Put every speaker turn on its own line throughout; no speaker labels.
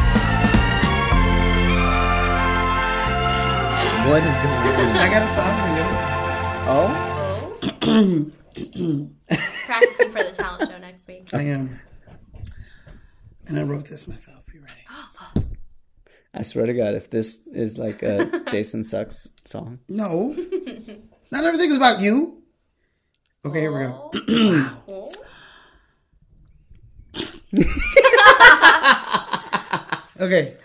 Oh,
Oh. Practicing for the talent show next week.
I am. And I wrote this myself. You ready?
I swear to God, if this is like a Jason Sucks song,
No. Not everything's about you. Okay, here we go.
Oh.
Okay.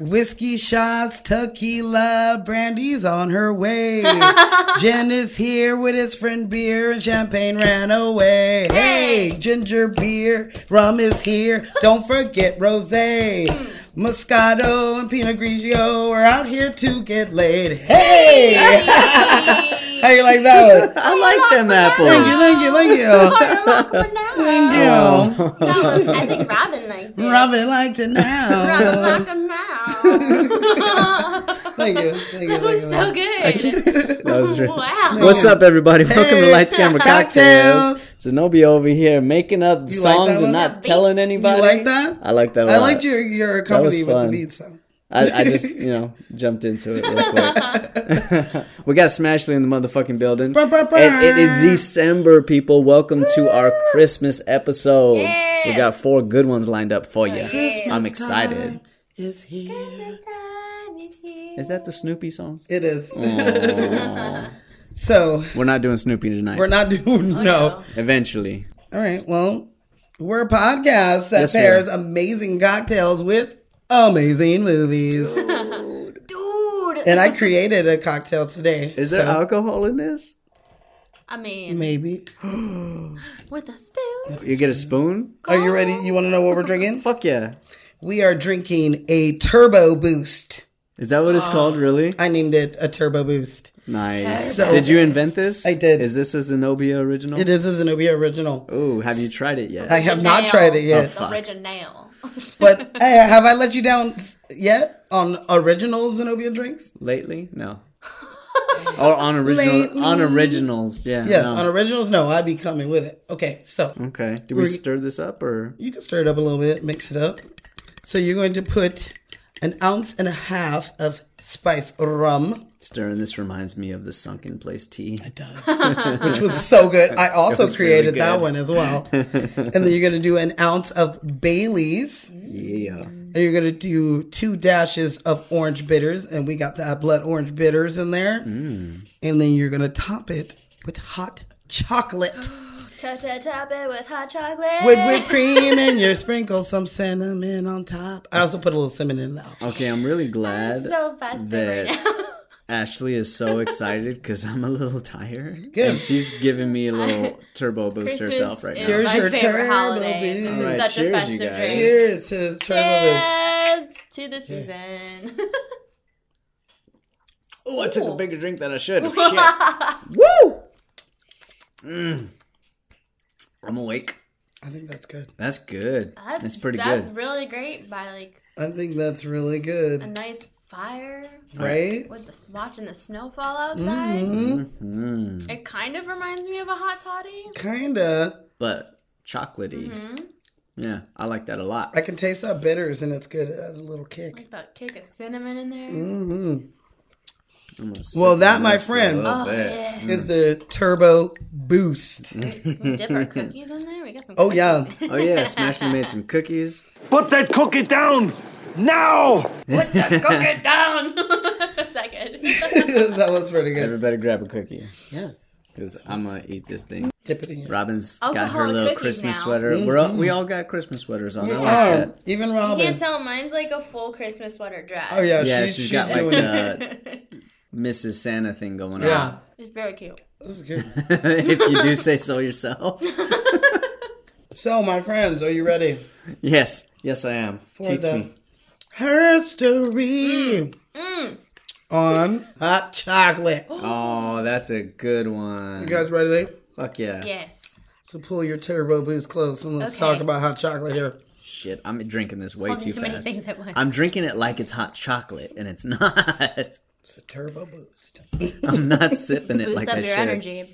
Whiskey shots, tequila, brandy's on her way. Jen is here with its friend beer, and champagne ran away. Hey, ginger beer, rum is here. Don't forget rose. Moscato and Pinot Grigio are out here to get laid. Hey! How you like that one?
I like them apples.
Thank you, thank you, thank you.
You're welcome now.
Thank you.
No, I think Robin liked it.
Robin liked it now.
Robin liked him now.
Thank you, thank you,
That was so
thank you.
good.
That was really-
Wow.
What's up, everybody? Welcome to
Hey.
Lights Camera Cocktails.
Cocktails.
Zenobia over here making up
like that
songs and
one?
not telling anybody.
You like that?
I like that. a
I
lot.
liked your your comedy with the
fun.
beats. though.
I, I just you know jumped into it real quick. we got Smashley in the motherfucking building.
Brr, brr, brr.
And it is December, people. Welcome to our Christmas episode.
Yes.
We got four good ones lined up for you.
Yes.
I'm excited.
Time Is here.
Is that the Snoopy song?
It is. so
We're not doing Snoopy tonight.
we're not
Oh,
doing no.
Eventually,
All right. Well, we're a podcast that
Yes, we
pairs
are.
amazing cocktails with amazing movies.
Dude.
and I created a cocktail today.
is there
so
alcohol in this?
I mean,
maybe?
with a spoon.
You get a spoon?
Are you ready? You want to know what we're drinking?
Fuck yeah!
We are drinking a Turbo Boost.
Is that what it's called? Really?
I named it a Turbo Boost.
Nice.
Um, So-
did you invent this?
I did.
Is this a Zenobia original?
It is a Zenobia original.
Ooh, have you tried it yet?
I have not tried it yet.
fuck.
Original.
But hey, have I let you down yet on original Zenobia drinks?
Lately? No. or on original
Lately.
on originals, yeah.
Yes,
no. Mm.
on originals. No, I'd be coming with it. Okay, so
Okay. Do we
We're-
stir this up or
you can stir it up a little bit, mix it up. So you're going to put an ounce and a half of spice rum,
stirring this reminds me of the sunken place tea.
which was so good. I also
really
created that
good.
one as well. and then you're going to do an ounce of Bailey's,
Yeah.
and you're going to do two dashes of orange bitters, and we got that blood orange bitters in there.
Mm.
And then you're going to top it with hot chocolate.
Ta ta top it with hot chocolate.
with whipped cream and you sprinkle some cinnamon on top. I also put a little cinnamon in now.
Okay, I'm really glad
so festive
that-
right now.
Ashley is so excited because I'm a little tired.
Good.
And she's giving me a little turbo boost
Christmas
herself right now.
is
Here's
my
your
favorite
turbo
holiday. This
booze.
is
Alright,
such a
cheers,
festive
you
drink.
guys.
Cheers to Turbo
Cheers to the season.
Oh, I took a
Ooh.
bigger drink than I should. Shit. Woo! Mm. I'm awake.
I think that's good.
That's good. That's, pretty
that's
good.
really great by like
I think that's really
a
good.
nice fire
Right?
with the, watching the snowfall outside.
Mm-hmm.
Mm.
It kind of reminds me of a hot toddy.
Kinda.
but chocolatey.
Mm-hmm.
Yeah, I like that a lot.
I can taste that bitters and it's good. It adds a little kick.
Like that kick of cinnamon in there.
Mm-hmm.
I'm gonna sip
Well,
on
that, my
this for a
friend,
little
Oh
bit.
yeah.
Is the Turbo Boost.
Mm.
We dip our cookies in there. We got some.
Oh, yeah.
Oh yeah, Smashly made some cookies.
Put that cookie down now!
Put the cookie down. Is that good?
that was pretty good.
Everybody grab a cookie
Yes.
because I'm gonna eat this thing.
Dip it in.
Robin's got her
Alcoholic
little
cookies
Christmas
now.
sweater. We're all, we all got Christmas sweaters on. I like
Oh,
that.
even
You
Robin.
can't tell. Mine's like a full Christmas sweater dress.
Oh yeah,
Yeah,
she's,
she's got like
doing it.
the Mrs. Santa thing going
Yeah.
It's very cute.
This is good.
on. if you do say so yourself.
So, my friends, are you ready
yes, yes, I am.
for
Teach
the
me.
history
Mm.
on hot chocolate? You
Oh, that's a good one.
guys ready?
Fuck yeah.
Yes.
So pull your turbo boost close and let's
Okay.
talk about hot chocolate here.
Shit, I'm drinking this way
Holding
too
too many
fast.
things at once.
I'm drinking it like it's hot chocolate, and it's not.
It's a turbo boost.
I'm not sipping it
Boost
like
up
I
your
should.
energy.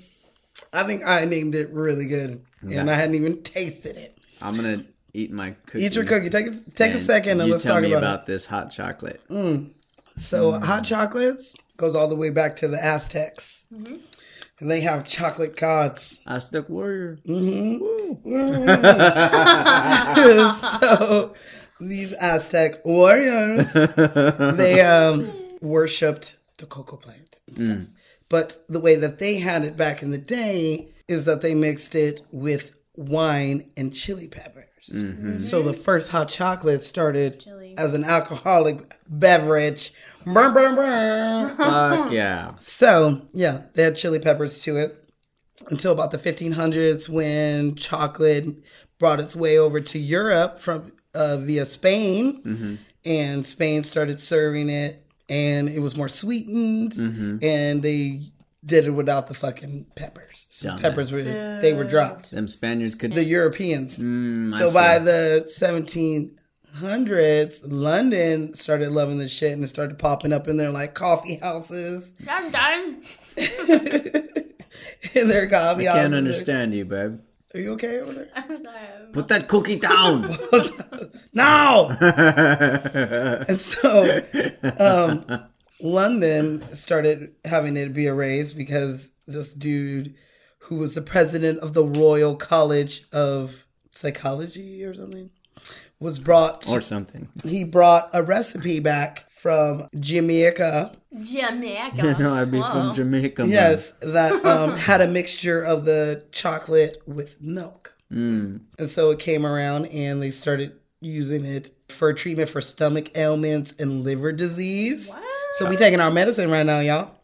I think I named it really good, and I hadn't even tasted it.
I'm gonna eat my cookie.
Eat your cookie. Take a, take a
and
second and
you
let's
tell
talk
me
about,
about Mm-hmm. this hot chocolate.
it. So hot chocolates goes all the way back to the Aztecs. and they have chocolate cards.
Aztec warrior.
Mm-hmm. so these Aztec warriors they um, worshipped the cocoa plant. and stuff. But the way that they had it back in the day is that they mixed it with wine and chili peppers. So the first hot chocolate started as an alcoholic beverage. Brum, brum, brum.
Fuck yeah.
So yeah, they had chili peppers to it until about the 1500s when chocolate brought its way over to Europe from uh, via Spain,
Mm-hmm.
and Spain started serving it, and it was more sweetened,
Mm-hmm.
and they did it without the fucking peppers. So
Dumbass.
peppers were they were dropped.
Them Spaniards could.
The Europeans.
Mm, I
So
see.
by the 1700s, London started loving this shit and it started popping up in their like coffee houses
I'm done.
in their coffee
I
houses.
can't understand you, babe.
Are you okay over there?
I'm done.
Put that cookie down.
No. and so, um, London started having it be erased because this dude, who was the president of the Royal College of Psychology or something, was brought.
or something.
he brought a recipe back from Jamaica.
Jamaica.
No, I'd be
Uh, Whoa.
from Jamaica. man.
Yes, that um, had a mixture of the chocolate with milk.
Mm,
And so it came around and they started using it for treatment for stomach ailments and liver disease.
What?
So we taking our medicine right now, y'all.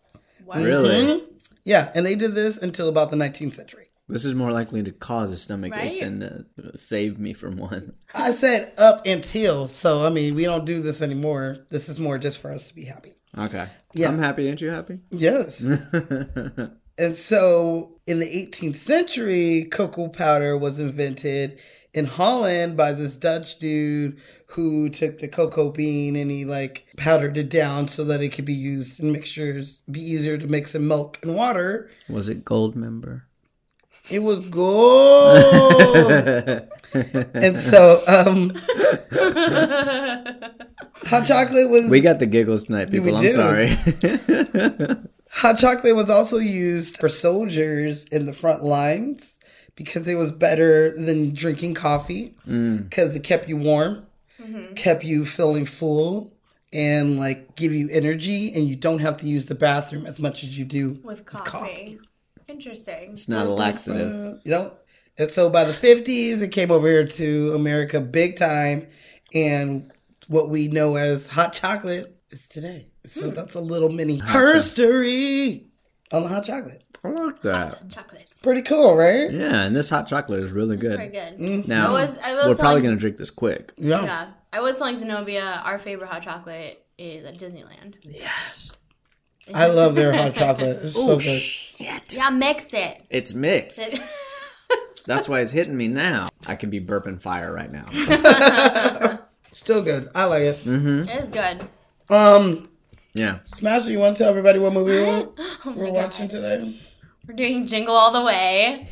What?
Really?
Mm-hmm. Yeah, and they did this until about the 19th century.
This is more likely to cause a stomach ache
Right?
than uh, save me from one.
I said up until, so I mean, we don't do this anymore. This is more just for us to be happy.
Okay.
Yeah.
I'm happy. Ain't you happy?
Yes. and so in the 18th century, cocoa powder was invented in Holland by this Dutch dude who took the cocoa bean and he like powdered it down so that it could be used in mixtures, be easier to mix in milk and water.
Was it gold member?
It was gold. and so um hot chocolate was
We got the giggles tonight, people. I'm
do.
sorry.
Hot chocolate was also used for soldiers in the front lines because it was better than drinking coffee because it kept you warm, kept you feeling full, and like give you energy, and you don't have to use the bathroom as much as you do
With coffee. Interesting.
it's not a laxative.
Uh, you know? And so by the 50s, it came over here to America big time, and what we know as hot chocolate is today. So that's a little mini herstory on the hot chocolate.
I like that.
Chocolates.
Pretty cool, right?
Yeah, and this hot chocolate is really good. Mm.
Very good.
Now,
I was- I
we're
was
probably
telling-
going to drink this quick.
Yeah.
Yeah. I was telling Zenobia our favorite hot chocolate is at Disneyland.
I love their hot chocolate. It's so good.
Yeah, mix it.
It's mixed. That's why it's hitting me now. I could be burping fire right now.
Still good. I like it.
Hmm?
It is good.
Um,
Yeah.
Smasher, you want to tell everybody what movie we're,
Oh my
we're
God.
watching today?
We're doing Jingle All the Way.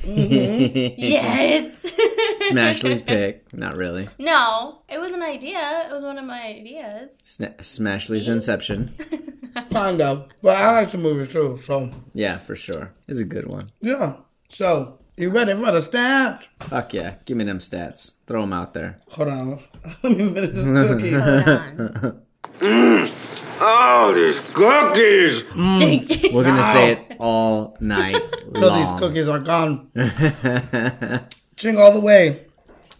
Yes.
Smashley's pick. Not really.
No, it was an idea. It was one of my ideas.
Sna- Smashley's Inception.
Kind of. But I like the movie too. So,
Yeah, for sure. It's a good one.
yeah. So, you ready for the stats?
Fuck yeah. Give me them stats. Throw them out there.
Hold on. Let me finish this cookie.
Hold on.
Oh, these cookies!
Jingle-
We're going to say it all night
Till these
long.
cookies are gone. Jingle all the way.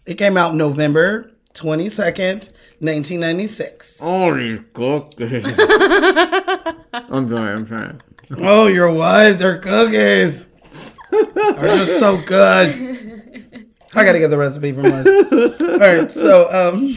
It came out November 22nd, 1996.
All these cookies. I'm sorry. I'm sorry.
Oh, your wives, their cookies are just so good. I gotta get the recipe from us. All right, so um,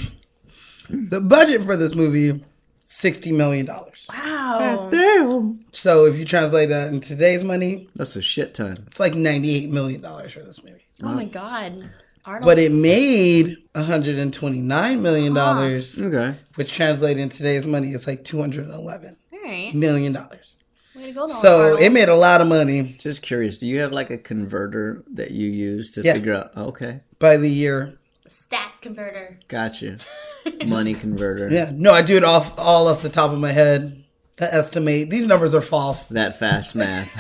the budget for this movie sixty million dollars.
Wow.
Damn.
So if you translate that in today's money,
That's a shit ton.
it's like ninety-eight million dollars for this movie.
Oh my God. Arnold.
But it made one hundred and twenty-nine million dollars,
Okay.
which translated in today's money is like two hundred and eleven
All right.
million dollars.
Way to go, Donald
So
Arnold.
it made a lot of money
Just curious, do you have like a converter that you use to
Yeah.
figure out? Okay,
by the year
Stats converter.
got you. Money converter.
Yeah, no, I do it off all off the top of my head to estimate. These numbers are false.
That fast math.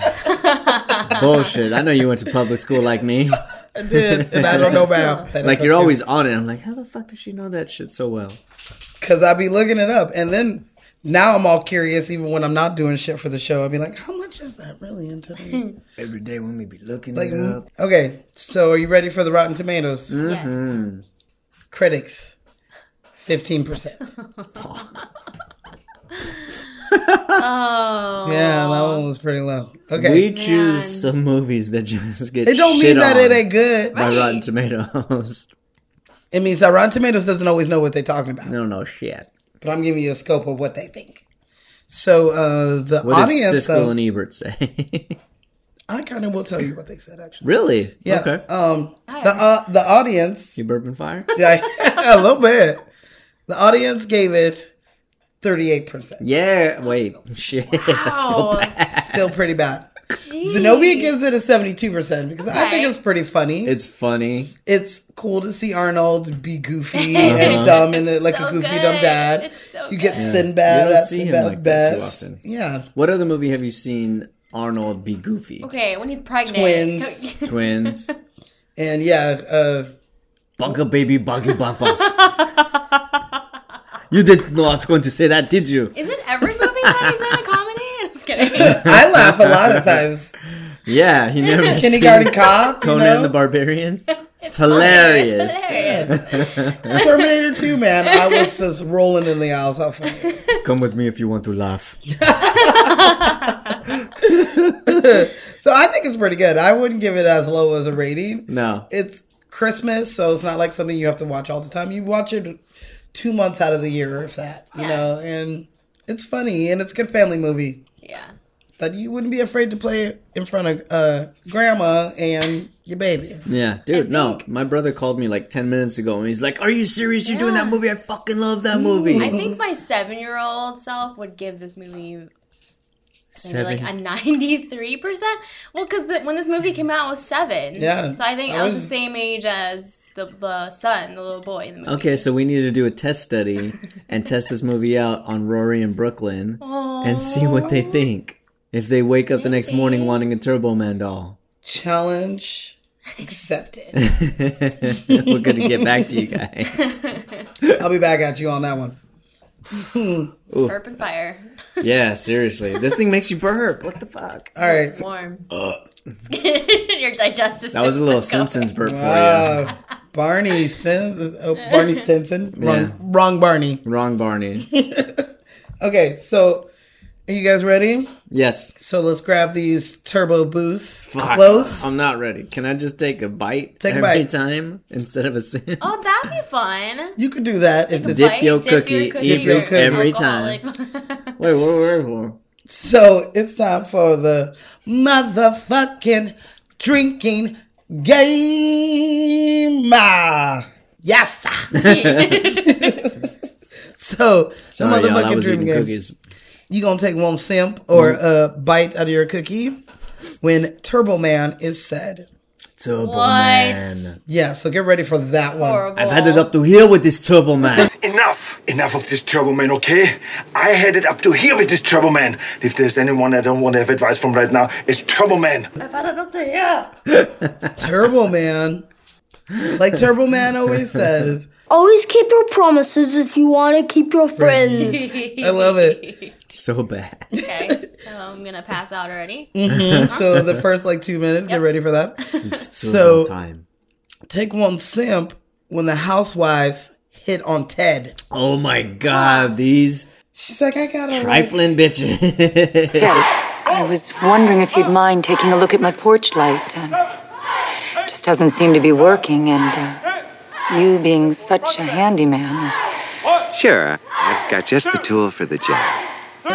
bullshit. I know you went to public school like me.
I did, and I don't know how.
Like you're always on it. I'm like, how the fuck does she know that shit so well?
because I be looking it up, and then now I'm all curious. Even when I'm not doing shit for the show, I be like, how much is that really into? me?
Every day when we be looking
Like, mm,
uh,
okay, so are you ready for the Rotten Tomatoes
Mm.
Mm-hmm.
Yes.
critics? Fifteen percent.
Oh.
Yeah, that one was pretty low. Okay,
we choose some movies that just get.
it don't
shit
mean that
on
it ain't good.
by Rotten
Right.
Tomatoes.
It means that Rotten Tomatoes doesn't always know what they're talking about.
I don't know shit.
But I'm giving you a scope of what they think. So uh, the
What
audience,
does Siskel
though,
and Ebert say?
I kind of will tell you what they said actually.
really?
Yeah.
Okay.
Um, the uh, the audience,
you burping fire?
yeah, a little bit. The audience gave it thirty eight percent.
Yeah. Wait. Shit. That's still
Wow.
bad.
Still pretty bad.
Jeez.
Zenobia gives it a seventy two percent because I think
Okay.
it's pretty funny.
It's funny.
it's cool to see Arnold be goofy
Uh-huh.
and dumb and uh, like a
so
goofy
good.
dumb dad.
It's so
you get
good.
You
Sinbad
don't
at
see him
Sinbad's
like that too
best.
often.
Yeah,
What other movie have you seen Arnold be goofy?
Okay, when he's pregnant.
Twins.
Twins.
and yeah, uh,
Bunga baby buggy bumpus. you did not was going to say that, did you?
Isn't every movie that he's in a comedy? I'm just kidding.
I laugh a lot of times.
Yeah, he never seen
Kindergarten cop, you
Conan
know?
the Barbarian.
It's
Hilarious.
Funny. It's hilarious.
Terminator 2, man. I was just rolling in the aisles. How funny. it was.
Come with me if you want to laugh.
So I think it's pretty good. I wouldn't give it as low as a rating.
No.
It's Christmas, so it's not like something you have to watch all the time. You watch it two months out of the year, if that, you
Yeah.
know, and it's funny and it's a good family movie
Yeah.
that you wouldn't be afraid to play in front of uh, grandma and your baby.
Yeah, dude, no. My brother called me like 10 minutes ago and he's like, Are you serious? You're doing
Yeah.
that movie? I fucking love that movie.
Mm-hmm.
I think my seven-year-old self would give this movie maybe like a 93 percent well because when this movie came out i was seven
Yeah.
so i think
I
i was the
was-
same age as the, the son the little boy in the movie
Okay, so we need to do a test study and test this movie out on Rory and Brooklyn
Oh,
and see what they think. If they wake up the next morning wanting a Turbo Man doll,
Challenge accepted.
we're gonna get back to you guys.
I'll be back at you on that one.
burp and fire
Yeah, seriously, this thing makes you burp. What the fuck?
All right.
warm your digestive
Uh. That was a little
system's
Simpsons burp for you.
Uh, Barney Stinson. Oh, Barney Stinson. Wrong,
Yeah.
wrong Barney.
Wrong, Barney.
Okay, so are you guys ready?
Yes.
So let's grab these turbo boosts.
Fuck,
Close.
I'm not ready. Can I just take a bite
Take a
every
bite.
time instead of a sip?
going. oh that'd be fun
you could do that if this.
Dip your cookie,
eat your cookie.
every
time
Wait, what were we for?
So it's time for the motherfucking drinking game. Ah, Yes. sir. so the
Sorry, y'all. I
motherfucking
was
drinking
eating
game.
cookies. Mm-hmm.
you gonna take one simp or a bite out of your cookie when Turbo Man is said.
Turbo
What?
Man.
Yeah, so get ready for that one.
horrible
I've had it up to here with this Turbo Man.
Enough! Enough of this Turbo Man, okay? I had it up to here with this Turbo Man. If there's anyone I don't want to have advice from right now, it's Turbo Man.
i've had it up to here
Turbo Man. Like Turbo Man always says.
Always keep your promises if you want to keep your friends.
I love it.
so bad.
okay so i'm gonna pass out already
Mm,
So the first like two minutes, get ready for that.
Turbo
So
time.
take one simp when the housewives hit on Ted.
Oh my god, these
She's like, I got a rifle.
trifling bitches.
I was wondering if you'd mind taking a look at my porch light. Uh, it just doesn't seem to be working, and uh, you being such a handyman. uh,
Sure, I've got just the tool for the job.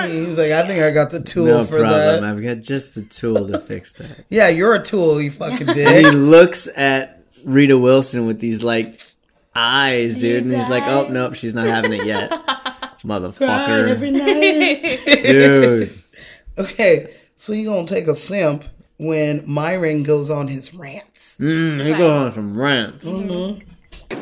He's like, I think I got the tool
no
for
problem.
that.
I've got just the tool to fix that.
Yeah, you're a tool, you fucking
he
dick.
looks at Rita Wilson with these like eyes, dude, and he's like, "Oh nope, she's not having it yet,
Cry every
motherfucker,
night.
dude."
Okay, so you're gonna take a simp when Myron goes on his rants.
Mm, he going from rants.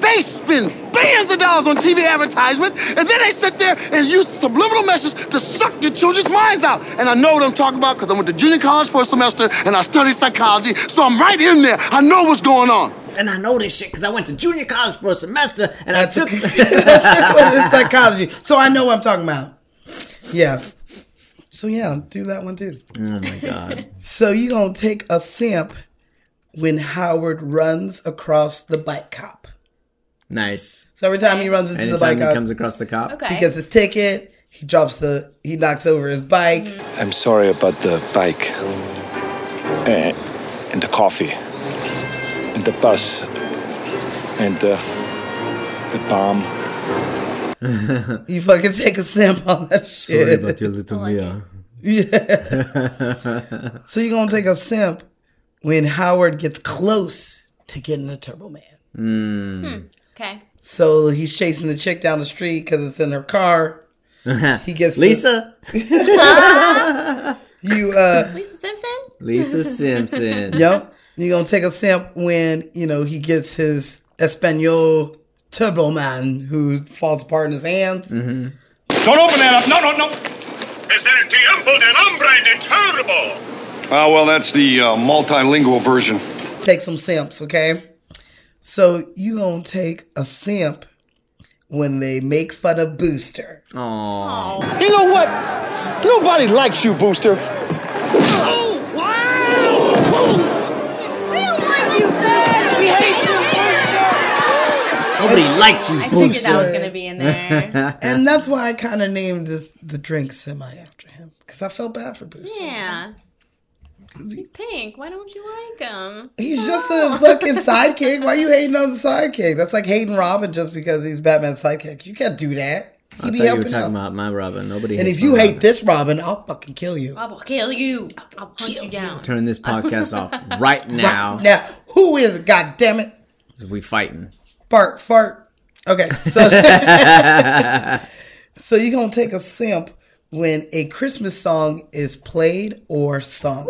They spend billions of dollars on TV advertisement, and then they sit there and use subliminal messages to suck your children's minds out. And I know what I'm talking about because I went to junior college for a semester and I studied psychology, so I'm right in there. I know what's going on.
And I know this shit because I went to junior college for a semester and
That's
I
a,
took.
that's psychology. So I know what I'm talking about. Yeah. So yeah, do that one too.
oh my god!
So you gonna take a simp when Howard runs across the bike cop.
Nice.
So every time he runs into the
Anytime
bike
he
cop,
comes across the cop,
Okay.
he gets his ticket. He drops the. He knocks over his bike.
I'm sorry about the bike and, and the coffee and the bus and the, the bomb.
You fucking take a simp on that
sorry
shit.
about your little
like
Mia.
Yeah. so you're gonna take a simp when Howard gets close to getting a Turbo Man.
Okay.
So he's chasing the chick down the street because it's in her car. he gets the-
Lisa,
you uh
Lisa Simpson?
Lisa Simpson.
yep. You're gonna take a simp when, you know, he gets his Espanol Turbo Man who falls apart in his hands.
Don't open that up. No, no, no.
Es el tiempo del hombre de turbo.
Ah, well, that's the uh, multilingual version.
Take some simps, okay? So you gonna take a simp when they make fun of Booster.
Aw.
You know what? Nobody likes you, Booster.
Nobody likes you,
I figured that was
Booster.
going to be in there.
And that's why I kind of named this the drink semi after him because I felt bad for Booster.
yeah. He's pink. Why don't you like him?
He's just a fucking sidekick. Why you hating on the sidekick? That's like hating Robin just because he's Batman's sidekick. You can't do that. He
I thought
be
you were
helping out.
talking about my Robin. Nobody.
and
hates
if you
my
hate
Robin.
this Robin, I'll fucking kill you.
I will kill you. I'll hunt you down.
turn this podcast off right now.
Now, who is it? God damn it.
'cause we fighting.
Fart, fart. Okay, so so you're gonna take a simp when a Christmas song is played or sung.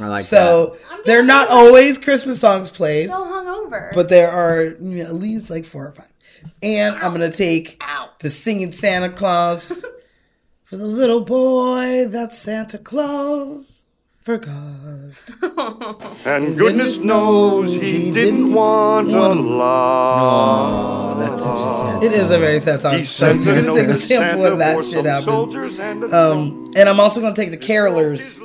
I like
So they're not always Christmas songs played.
So hungover.
but there are you know, at least like four or five. And I'm gonna take
Ow.
the singing Santa Claus for the little boy that Santa Claus forgot.
And goodness knows he didn't want a lot.
that. That's such a sad.
It is a very sad song. So you're gonna take a sample of that shit happens. Um, and I'm also gonna take the carolers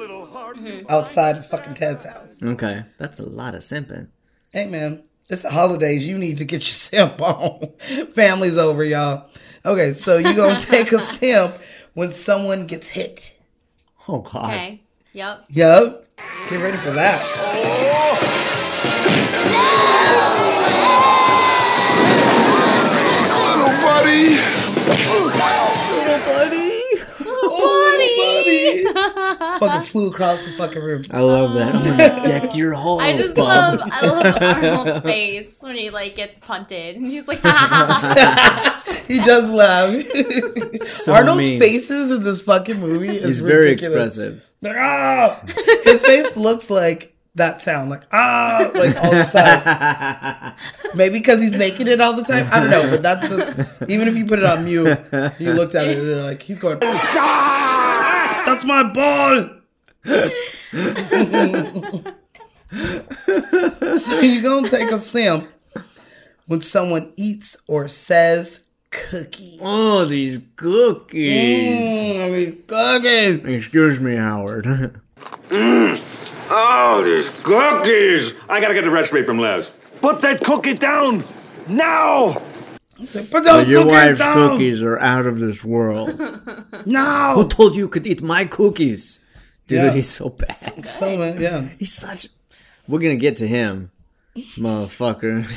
outside of fucking Ted's house.
Okay, that's a lot of simping.
Hey man, it's the holidays. You need to get your simp on. Family's over, y'all. Okay, so you're gonna take a simp when someone gets hit.
Oh God.
Okay. Yep.
Yup. Get ready for that.
Little buddy.
Oh, little buddy. fucking flew across the fucking room.
I love that. I'm gonna deck your halls,
I just
Bob.
love I love Arnold's face when he like gets punted and he's like ha, ha, ha, ha.
He does laugh.
So
Arnold's
mean.
faces in this fucking movie is
He's very
ridiculous.
expressive.
Like, ah! His face looks like that sound, like ah, like all the time. Maybe because he's making it all the time. I don't know, but that's just, even if you put it on mute, you looked at it and you're like, he's going. "Ah, that's my ball. so you're gonna take a simp when someone eats or says cookie.
Oh, these cookies.
Mm, I mean, cookies.
Excuse me, Howard.
Oh, these cookies! I gotta get the recipe from Les. Put that cookie down now.
Put those
Your
cookies
wife's
down.
cookies are out of this world. Who
No.
told you you could eat my cookies? Dude,
Yeah.
he's so bad.
So, uh, yeah.
He's such. We're gonna get to him, motherfucker.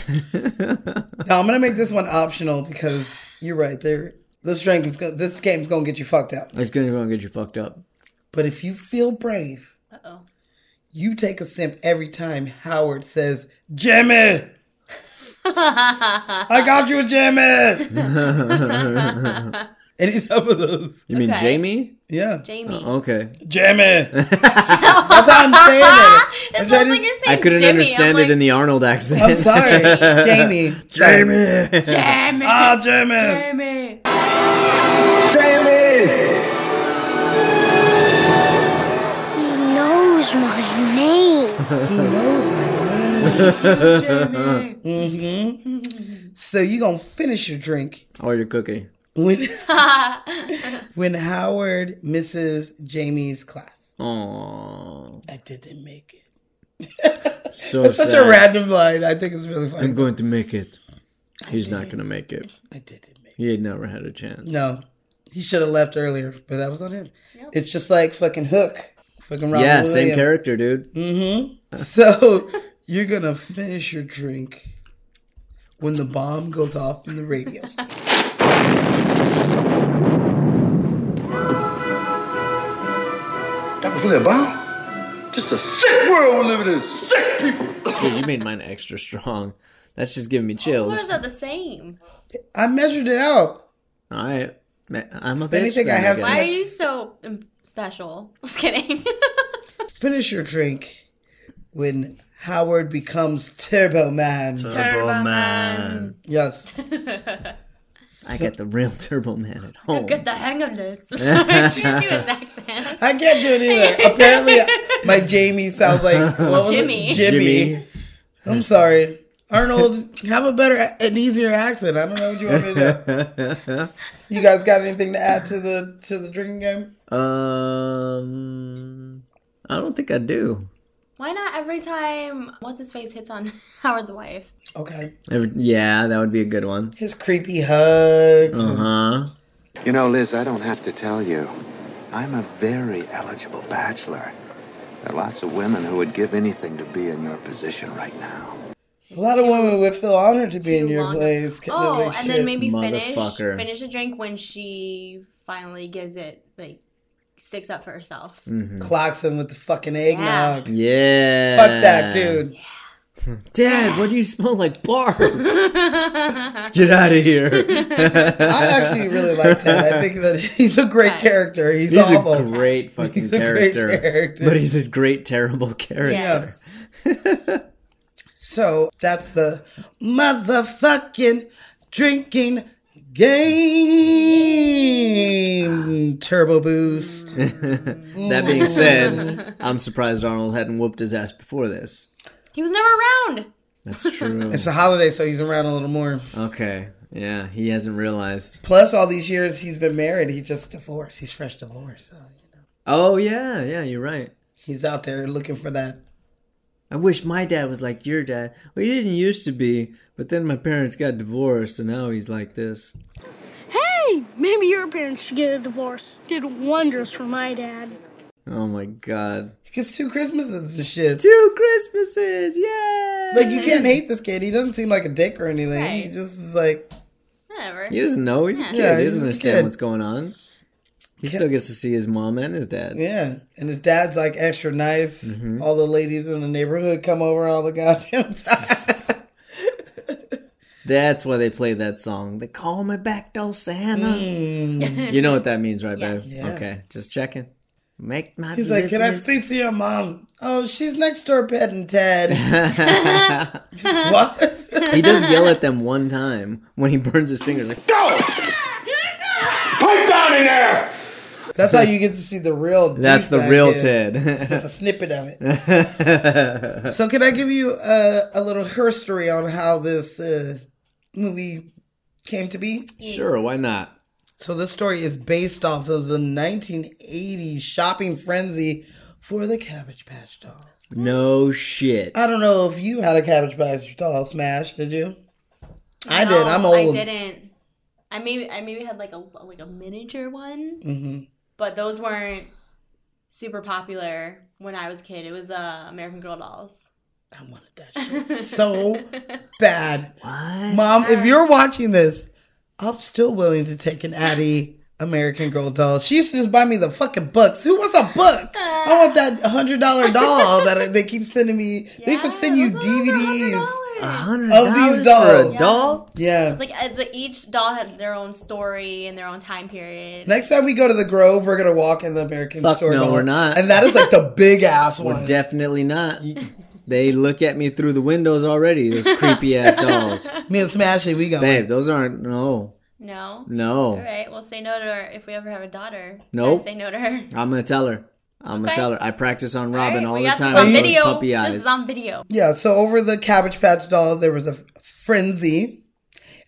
Now I'm gonna make this one optional because you're right. There, this drink is go- this game's gonna get you fucked up.
It's gonna gonna get you fucked up.
But if you feel brave,
Uh-oh.
you take a simp every time Howard says Jimmy. I got you, Jimmy. and he's up with those.
You mean
Okay.
Jamie?
Yeah,
Jamie.
Okay.
Jimmy. That's how I'm saying it.
It sounds
trying to-
like you're saying
I couldn't
Jimmy.
understand
I'm
it in the Arnold accent.
I'm sorry, Jamie.
Jamie.
Jamie.
Ah, Jamie.
Jamie.
Jamie!
He knows my name.
He knows my
Jamie.
name. hmm So you gonna finish your drink
or Oh, your cookie.
when when Howard misses Jamie's class.
Oh,
I didn't make it.
so
That's such
sad.
a random line. I think it's really funny.
I'm going to make it. He's not gonna make it.
I didn't make it.
He had never had a chance.
No, he should have left earlier, but that was on him. It's just like fucking Hook, fucking Robin
yeah,
Williams.
same character, dude.
Mm-hmm. So you're gonna finish your drink when the bomb goes off in the radio.
That was really about. Just a sick world we're living in. Sick people.
Dude, you made mine extra strong. That's just giving me chills.
Colors are the same.
I measured it out.
All right, Man, I'm a bitch.
anything,
then,
I have to-
guess.
Why are you so um, special? Just kidding.
Finish your drink when Howard becomes Turbo Man.
Turbo Man.
yes.
I got the real Turbo Man at home.
Get the hang of this. Sorry, I can't do his accent.
I can't do it either. Apparently, my Jamie sounds like what was it?
Jimmy.
Jimmy. I'm sorry. Arnold, have a better, an easier accent. I don't know what you want me to do. You guys got anything to add to the to the drinking game?
um, I don't think I do.
Why not every time what's his face hits on Howard's wife?
Okay.
Every- yeah, that would be a good one.
His creepy hugs.
Uh huh.
You know, Liz, I don't have to tell you. I'm a very eligible bachelor. There are lots of women who would give anything to be in your position right now.
A lot of women would feel honored to be in
Too
your
long.
place. Couldn't
Oh,
like
and
shit.
then maybe finish
Motherfucker.
finish a drink when she finally gives it like sticks up for herself.
Mm.
clocks him with the fucking eggnog.
Yeah.
Fuck that, dude.
Dad, what do you smell like barf? Let's get out of here.
I actually really like that. I think that he's a great
Right.
character. He's,
he's
awful.
a great fucking
He's a great
character,
character.
But he's a great, terrible character.
Yes.
So that's the motherfucking drinking game. Turbo Boost.
That being
Mm.
said, I'm surprised Arnold hadn't whooped his ass before this.
He was never around.
That's true.
It's a holiday, so he's around a little more.
okay. Yeah, he hasn't realized.
Plus, all these years he's been married, he just divorced. He's fresh divorced. So you know.
Oh, yeah, yeah, you're right.
he's out there looking for that.
I wish my dad was like your dad. Well, he didn't used to be, but then my parents got divorced, and now he's like this.
Hey, maybe your parents should get a divorce. Did wonders for my dad.
Oh my god.
He gets two Christmases and shit.
Two Christmases! Yay!
Like you can't hate this kid. He doesn't seem like a dick or anything. He
Right.
just is like
Whatever.
He doesn't know. He's a kid.
Yeah,
he
he's
doesn't
a
understand
kid.
what's going on. He still gets to see his mom and his dad.
yeah. And his dad's like extra nice.
Mm-hmm.
All the ladies in the neighborhood come over all the goddamn time.
That's why they play that song. They call me back, though, Santa.
Mm.
You know what that means, right, babe?
Yes.
Yeah.
Okay, just checking. Make my.
He's like, "Can I
deliverance."
speak to your mom?" Oh, she's next door petting Ted. what?
he does yell at them one time when he burns his fingers. Like,
Go! Pipe down in there!
That's how you get to see the real.
that's the
douchebag
real
kid. Just a snippet of it.
Ted.
So, can I give you a, a little history on how this uh, movie came to be?
sure, why not?
So this story is based off of the 1980s shopping frenzy for the Cabbage Patch doll.
No shit.
I don't know if you had a Cabbage Patch doll smash, did you? I did.
No,
I'm old.
I didn't. I maybe I maybe had like a like a miniature one,
hmm
but those weren't super popular when I was a kid. It was uh, American Girl dolls.
I wanted that shit so bad,
What?
Mom. If you're watching this, I'm still willing to take an Addy American Girl doll. She used to just buy me the fucking books. Who wants a book? I want that hundred dollar doll that I- they keep sending me. they used to send you DVDs.
A hundred
Of these
dollars for
dolls.
a doll?
Yeah.
It's like it's like each doll has their own story and their own time period.
Next time we go to the Grove, we're gonna walk in the American
Fuck
store.
no,
doll.
we're not.
And that is like the big ass one.
We're definitely not. They look at me through the windows already. Those creepy ass dolls,
me and Smashy, we go.
babe. Those aren't. No,
No.
no.
All right. Well, say no to her if we ever have a daughter.
Nope.
Say no to her.
I'm gonna tell her. I'm gonna
Okay.
tell her. I practice on
All
Robin
right,
all
we
the
got
time.
This on
with those
video.
Puppy eyes.
This is on video.
Yeah, so over the Cabbage Patch doll, there was a frenzy.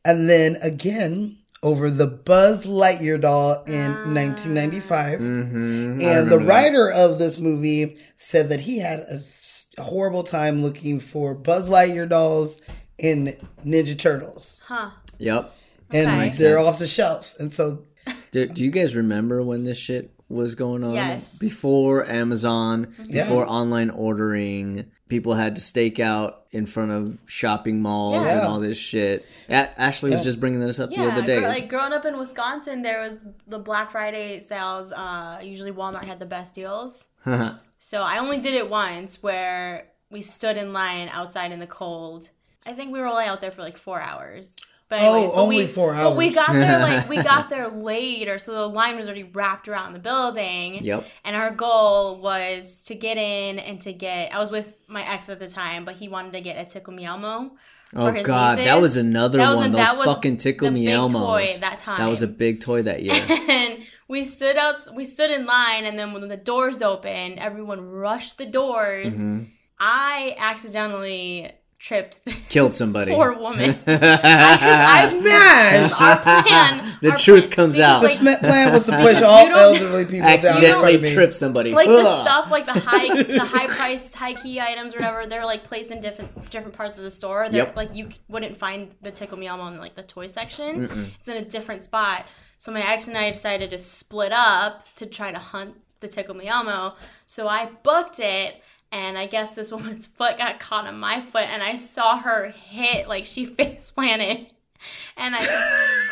And then again, over the Buzz Lightyear doll in 1995.
Mm-hmm.
and the writer of this movie said that he had a s- horrible time looking for Buzz Lightyear dolls in Ninja Turtles.
Huh.
yep.
And
Makes
they're
sense.
off the shelves. And so
Do, do you guys remember when this shit was going on?
Yes. Mm-hmm.
Before Amazon,
Yeah.
before online ordering, people had to stake out in front of shopping malls
Yeah.
and all this shit. A- Ashley was just bringing this up
Yeah.
the other day.
gr- like growing up in Wisconsin, there was the Black Friday sales. Uh, usually Walmart had the best deals. So I only did it once, where we stood in line outside in the cold. I think we were only out there for like four hours. But
Oh,
anyways, but
only
we,
four
But we
hours.
got there like we got there later, so the line was already wrapped around the building.
Yep.
And our goal was to get in and to get. I was with my ex at the time, but he wanted to get a Tickle Me Elmo.
Oh
for his
God, that
nieces.
was another
That was
one.
a-
Those
that was
fucking tickle
the
me
big
Elmos.
toy that time.
That was a big toy that year.
and we stood out we stood in line and then when the doors opened everyone rushed the doors i accidentally tripped the
Killed somebody.
poor woman I,
Smash!
our plan
The
our
truth
plan-
comes
because,
out.
the
like,
sm- plan was to push all
You don't-
elderly people down in front of
Accidentally
me.
tripped somebody.
like the
Ugh.
stuff like the high the high priced high key items or whatever they're like placed in different different parts of the store they're
Yep.
like you c- wouldn't find the tickle me elmo in like the toy section it's in a different spot so my ex and i decided to split up to try to hunt the tickle me elmo so i booked it and I guess this woman's foot got caught on my foot, and I saw her hit like she face planted, and I,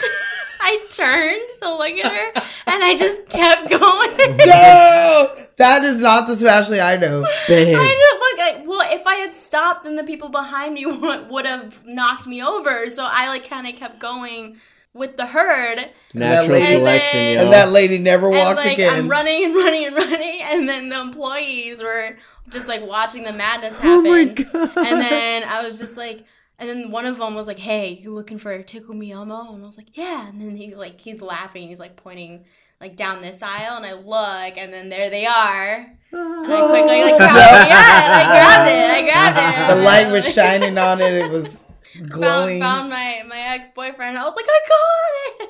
I turned to look at her, and I just kept going.
No! That is not the Smashley I know.
Babe.
I didn't look. I, well, if I had stopped, then the people behind me would, would have knocked me over. So I like kind of kept going with the herd,
Natural
lady-
And
selection,
then-
yo.
And that lady never
and
walked
like
again.
I'm running and running and running, and then the employees were just like watching the madness happen.
Oh my God.
And then I was just like. And then one of them was like, "Hey, you looking for a tickle me elmo?" And I was like, "Yeah." And then he like he's laughing, he's like pointing like down this aisle, and I look, and then there they are. And I quickly like grabbed it. Yeah, and I grabbed it. I grabbed it.
The light was shining on it. It was glowing.
Found, found my my ex boyfriend. I was like, I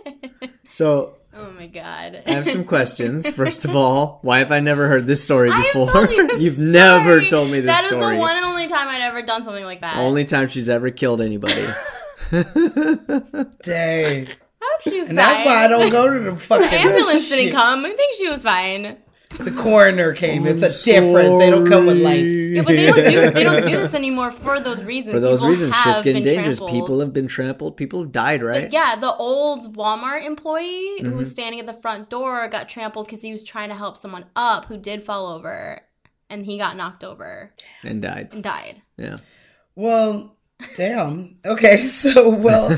got it.
so
oh my god.
I have some questions. First of all, why have I never heard this story
I have
before?
told you this
have
story.
never told me this
That is
story.
the one and only time I'd ever done something like that.
Only time she's ever killed anybody.
Dang.
I hope she was
And that's
fine.
why I don't go to the fucking
The ambulance
shit.
didn't come. I think she was fine.
The coroner came. It's a different. They don't come with lights.
Yeah, but they don't do they don't do this anymore for those reasons.
For those
People
reasons,
have
shit's getting
been
dangerous.
trampled.
People have been trampled. People have died, right?
Yeah, the old Walmart employee who
Mm-hmm.
was standing at the front door got trampled because he was trying to help someone up who did fall over, and he got knocked over
And died.
and died.
Yeah.
Well, damn. Okay, so well,
What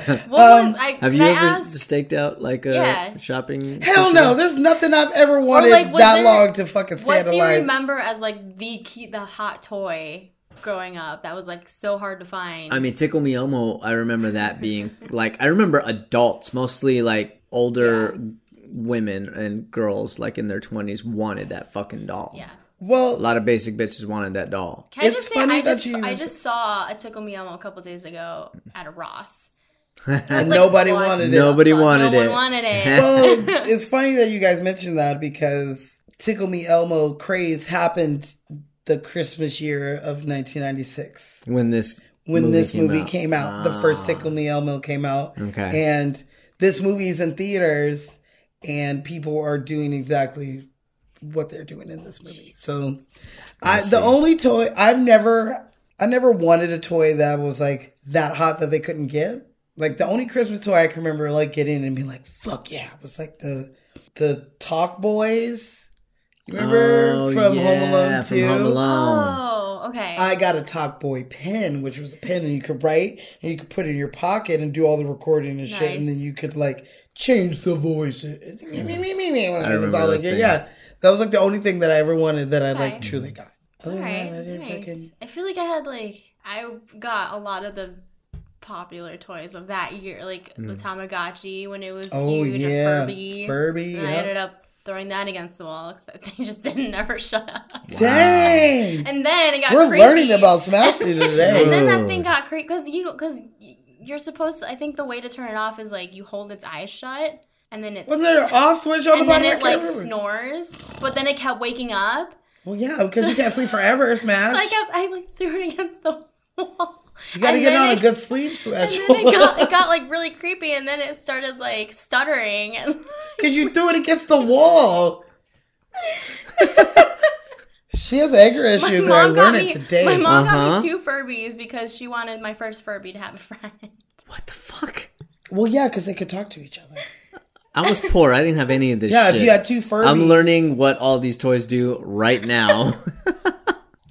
um,
was I?
Have
can
you
I
ever
ask?
staked out like a
Yeah.
shopping?
hell no. There's nothing I've ever wanted
like, was
that
there-
long to fucking
what do you
scandalize.
remember as like the key, the hot toy growing up that was like so hard to find?
I mean, Tickle Me Elmo. I remember that being like I remember adults, mostly like older women and girls, like in their twenties, wanted that fucking doll.
yeah.
well,
a lot of basic bitches wanted that doll.
Can
It's
I just
funny
say, I
that
just,
you
I
mentioned-
just saw a Tickle Me Elmo a couple days ago at a Ross.
and nobody
what?
wanted it.
Nobody
Fuck,
wanted
no
it.
One wanted it.
well, it's funny that you guys mentioned that because Tickle Me Elmo craze happened the Christmas year of 1996.
when this
when
movie
this
came
movie
out. Ah.
came out. The first Tickle Me Elmo came out.
Okay.
And this movie is in theaters and people are doing exactly what they're doing in this movie. So I the only toy I've never I never wanted a toy that was like that hot that they couldn't get. Like the only Christmas toy I can remember like getting and being like, fuck yeah, was like the the Talk Boys. You Remember from Home Alone
Oh, from Home
2?
Alone.
Oh, okay.
I got a Talk Boy pen, which was a pen and you could write and you could put it in your pocket and do all the recording and shit, and
Nice.
then you could like change the voice. It's me, me, me, me, me. when
I
it was
remember
all,
those
like,
things.
Yeah, that was like the only thing that I ever wanted that I like
Okay.
truly got. Other
All
than
right,
that, I didn't
nice.
fucking-
I feel like I had like I got a lot of the popular toys of that year, like
Hmm.
the Tamagotchi when it was
Oh
huge, and
yeah, Furby.
Furby.
Furby
and I
yep.
ended up throwing that against the wall because that thing just didn't ever shut up.
Dang,
And then it got
we're
creepy.
learning about Smash today.
And then that
Oh.
thing got creepy because you because you're supposed. To, I think the way to turn it off is like you hold its eyes shut and then it
Wasn't there an off switch on the
and then
bottom? I
it
can't
like
remember.
snores, but then it kept waking up.
Well, yeah, because you can't sleep forever, Smash.
So I kept I like threw it against the wall.
you gotta
And
get
then
on
it-
a good sleep
And
schedule.
then it got, it got like really creepy, and then it started like stuttering. And
Cause you threw it against the wall. she has anger issues, and I learned it today.
my mom got
Uh-huh.
me two Furbies because she wanted my first Furby to have a friend.
What the fuck?
well, yeah, because they could talk to each other.
I was poor. I didn't have any of this
Yeah,
shit.
if you had two Furbies.
I'm learning what all these toys do right now.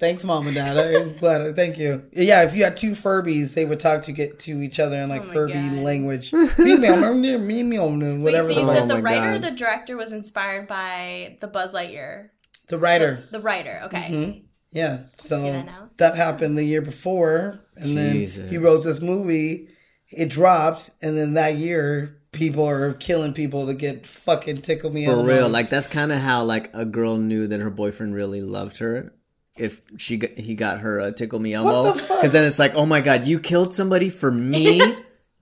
Thanks, mom and dad. I'm glad. Thank you. Yeah, if you had two Furbies, they would talk to get to each other in like
Oh my
Furby
God.
language. Me, meow, meow, meow, meow, meow, meow,
Wait,
whatever
so you
the,
said
Oh
the
my
writer, or
God.
the director was inspired by the Buzz Lightyear,
the writer.
the writer. Okay,
Yeah. So
that now.
that happened the year before, and then
Jesus.
he wrote this movie. It dropped, and then that year, people are killing people to get fucking tickle me
For
Elmo.
real, like that's kind of how like a girl knew that her boyfriend really loved her if she got, he got her a tickle me elmo
What the fuck?
because then it's like oh my god you killed somebody for me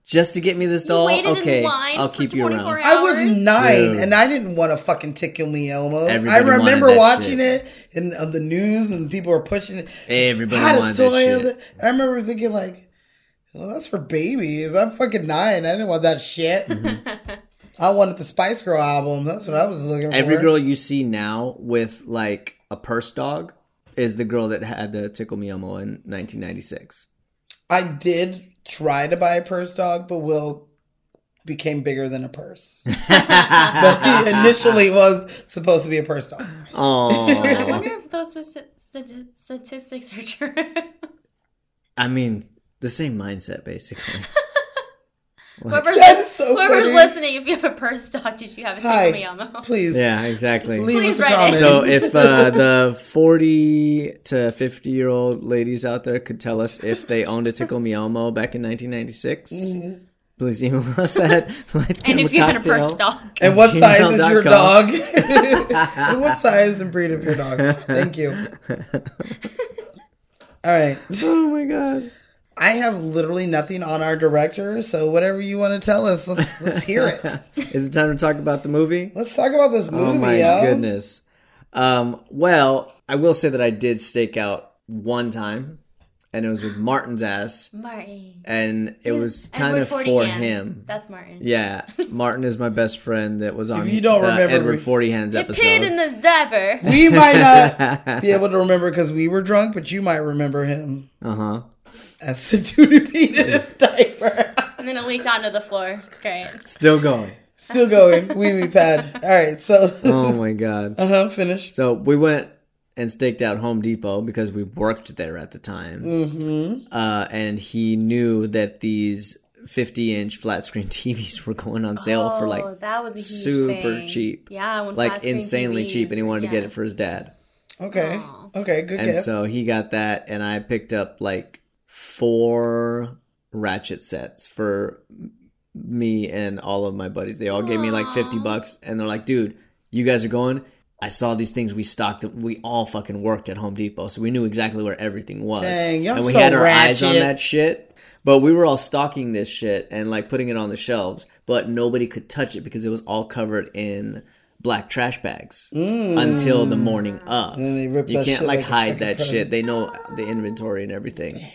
just to get me this doll
waited in
okay
line
I'll
for
keep you
24
around
I was
hours?
nine,
Dude.
and I didn't want to fucking tickle me Elmo.
Everybody
I remember
wanted that
watching
shit.
it in on the news, and people were pushing it.
Everybody wanted
Hottest
that
toy of
shit.
the- I remember thinking like, "Well, that's for babies. I'm fucking nine. I didn't want that shit.
Mm-hmm.
I wanted the Spice Girl album. That's what I was looking for.
every girl you see now with like a purse dog is the girl that had the tickle me elmo in 1996
I did try to buy a purse dog, but Will became bigger than a purse. but he initially was supposed to be a purse dog.
I
oh
wonder if those st- st- statistics are true.
I mean the same mindset basically
whoever's
That's so
whoever's
funny.
listening, if you have a purse dog, did you have a
Hi,
tickle me Elmo?
please.
yeah exactly
Leave us
Please
a
write
comment.
it.
So if uh, the 40 to 50 year old ladies out there could tell us if they owned a Tickle Me Elmo back in 1996, please email us at Lights
And if you had a purse dog,
and what size is your
gmail.com.
dog? and what size and breed of your dog? Thank you. All right.
Oh my god.
I have literally nothing on our director, so whatever you want to tell us, let's let's hear it.
Is it time to talk about the movie?
Let's talk about this movie.
Oh my
yo.
goodness. Um, well, I will say that I did stake out one time, and it was with Martin's ass,
Martin.
and it was kind
Edward
of
Forty
for
Hands.
him.
That's Martin.
Yeah, Martin is my best friend that was on
you don't
the
remember,
Edward
we-
Forty Hands
It peed in
episode.
this diaper.
We might not be able to remember because we were drunk, but you might remember him.
Uh huh.
That's the dude who peed in
Mm.
his diaper.
And then it leaked onto the floor. It's Great.
Still going.
Still going. Wee wee pad. All right, so
Oh my god.
uh huh. Finish.
So we went and staked out Home Depot because we worked there at the time. Mm-hmm. Uh, and he knew that these 50 inch flat screen TVs were going on sale for
Oh,
like
that was a huge
super
thing.
cheap.
Yeah, when
like
flat-screen
insanely
TVs
cheap, and he
were-
wanted to
yeah.
get it for his dad.
Okay. Okay. Good
And
guess.
so he got that, and I picked up like four ratchet sets for me and all of my buddies. They all gave me like 50 bucks, and they're like, dude, you guys are going. I saw these things we stocked. We all fucking worked at Home Depot, so we knew exactly where everything was.
Dang, y'all
and we
so
had our eyes on
ratchet.
that shit. But we were all stocking this shit and like putting it on the shelves, but nobody could touch it because it was all covered in black trash bags until the morning of.
Mm. then they rip
you
that
can't
shit
like
like a
hide
fucking
that
present.
shit. They know the inventory and everything.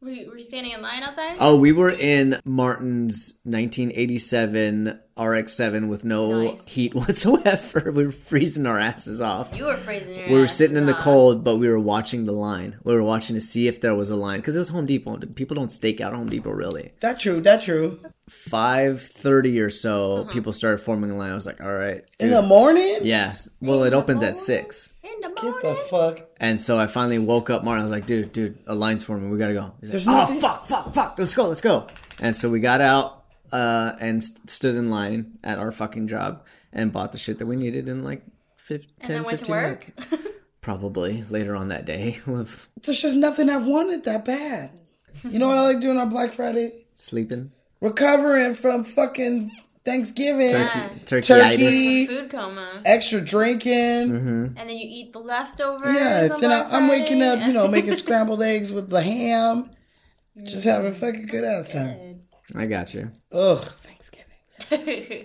Were you, were you standing in line outside?
Oh, we were in Martin's 1987 RX-7 with no
Nice.
heat whatsoever. We were freezing our asses off.
You were freezing your
we were
ass
sitting in the
off.
cold, but we were watching the line. We were watching to see if there was a line because it was Home Depot. People don't stake out Home Depot really.
That true. That true.
Five thirty or so, people started forming a line. I was like, all right,
In
dude.
Uh-huh. the morning.
yes. Well, it opens at six,
In the
What
morning.
the fuck?
and so I finally woke up. Martin, I was like, dude, dude, a line's forming. We gotta go. He's like,
There's
oh
nothing-
fuck, fuck, fuck. Let's go, let's go. And so we got out uh, and st- stood in line at our fucking job and bought the shit that we needed in like. 15,
and then went to work.
Probably later on that day. We'll have-
There's just nothing I've wanted that bad. You know what I like doing on Black Friday?
Sleeping.
Recovering from fucking Thanksgiving,
Turkey. Turkeyitis.
turkey,
Food coma.
extra drinking.
Mm-hmm.
And then you eat the leftovers.
Yeah,
on
then I,
Black
I'm waking up,
Friday.
you know, making scrambled eggs with the ham. Just having fucking good ass time.
I got you.
Ugh, Thanksgiving.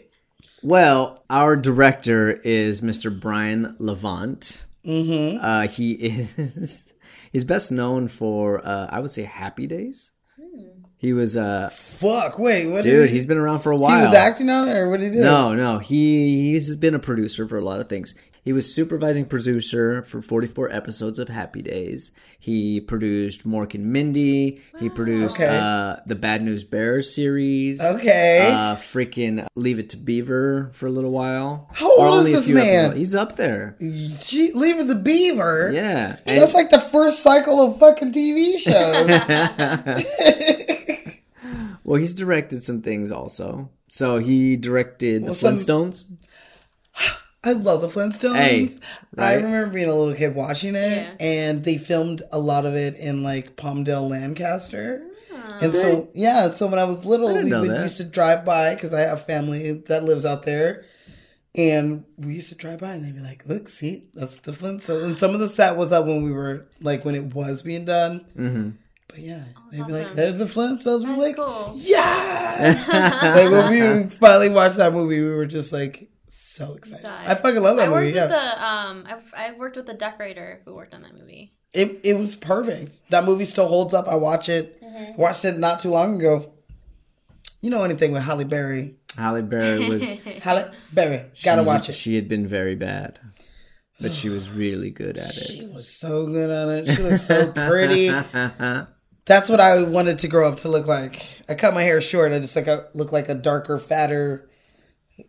Well, our director is Mr. Brian Levant. Mm-hmm. Uh, he is he's best known for uh, I would say Happy Days.
Hmm.
He was uh
Fuck, wait, what
dude.
did he,
He's been around for a
he
while.
was acting on it, or what did he do?
No, no. He he's been a producer for a lot of things. He was supervising producer for 44 episodes of Happy Days. He produced Mork and Mindy. He produced
Okay.
uh, the Bad News Bears series.
Okay.
Uh, freaking Leave It to Beaver for a little while.
How old
Only
is
a
this
few episodes.
man?
He's up there.
Gee, leave it the beaver.
Yeah.
That's like the first cycle of fucking TV shows.
well, he's directed some things also. So he directed The
some-
Flintstones.
I love the Flintstones.
Hey,
I
right?
remember being a little kid watching it,
Yeah.
and they filmed a lot of it in like Palmdale, Lancaster.
Ah.
And so, yeah, so when I was little,
didn't
we
know
would,
that.
used to drive by because I have family that lives out there. And we used to drive by and they'd be like, look, see, that's the Flintstones. And some of the set was up when we were, like, when it was being done. Mm-hmm. But yeah,
Oh,
they'd be like,
awesome.
there's the Flintstones. We're like,
cool.
yeah! like, when we finally watched that movie, we were just like, so excited.
Excited.
I fucking love that
I worked
movie.
with
Yeah.
the um, I, I worked with the decorator who worked on that movie.
It it was perfect. That movie still holds up. I watch it.
Mm-hmm.
Watched it not too long ago. You know anything with Halle Berry?
Halle Berry was
Halle Berry, gotta
She's-
watch it.
She had been very bad, but she was really good at it.
She was so good on it. She looked so pretty. That's what I wanted to grow up to look like. I cut my hair short. I just like I look like a darker, fatter,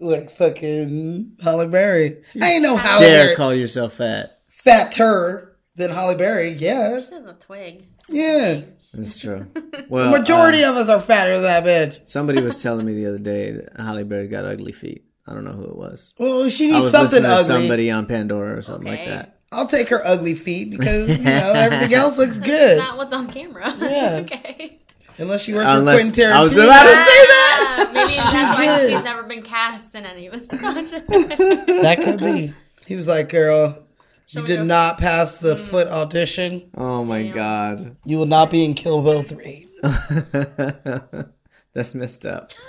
like fucking Halle Berry. I ain't no Halle
Dare
Berry.
call yourself fat.
Fatter than Halle Berry. Yeah,
This is a twig.
yeah.
That's true. Well,
Majority of us are fatter than that bitch.
uh, somebody was telling me the other day that Halle Berry got ugly feet. I don't know who it was.
Well, she
I
needs
was
something
listening to
ugly.
somebody on Pandora or something like
Okay.
that.
I'll take her ugly feet because you know everything else looks good.
Not what's on camera.
Yeah.
okay.
Unless she works
Unless
for Quentin Tarantino.
I was about to say that.
Ah, maybe that's why
did.
she's never been cast in any of his projects.
that could be. He was like, "Girl, you
we
did
go-
not pass the foot audition.
Oh my god,
You will not be in Kill Bill 3.
that's messed up.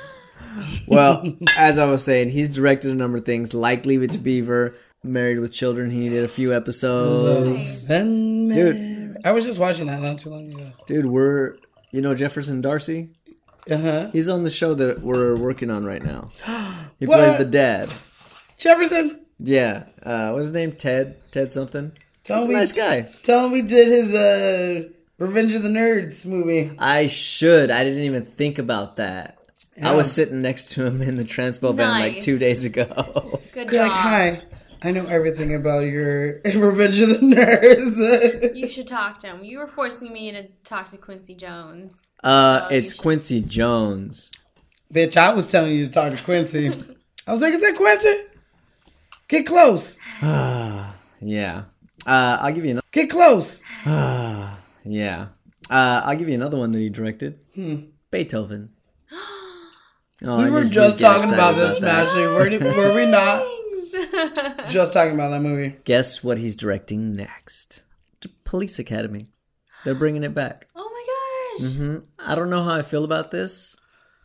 Well, as I was saying, he's directed a number of things like Leave It to Beaver, Married with Children. He did a few episodes.
Then-
Dude.
I was just watching that not too long ago.
Dude, we're you know Jefferson Darcy.
Uh huh.
He's on the show that we're working on right now. He
What?
plays the dad.
Jefferson,
Yeah. Uh, what's his name? Ted. Ted something.
Tell
He's a
me-
nice guy.
tell him we did his uh, Revenge of the Nerds movie.
I should. I didn't even think about that. I
Yeah.
was sitting next to him in the transpo van like
Nice.
two days ago.
Good
Be
job.
like, hi, I know everything about your Revenge of the Nerds.
You should talk to him. You were forcing me to talk to Quincy Jones.
Uh, it's
should.
Quincy Jones.
Bitch, I was telling you to talk to Quincy. I was like, is that Quincy? Get close.
Yeah. Uh, I'll give you another.
Get close.
Yeah. Uh, I'll give you another one that he directed. Beethoven. Oh, I
Hmm. We were
knew you'd
just
get
talking
excited
about this,
that.
Ashley. Were, were we not just talking about that movie?
Guess what he's directing next? The Police Academy. They're bringing it back. Mm-hmm.
Oh my
Mm-hmm.
gosh.
I don't know how I feel about this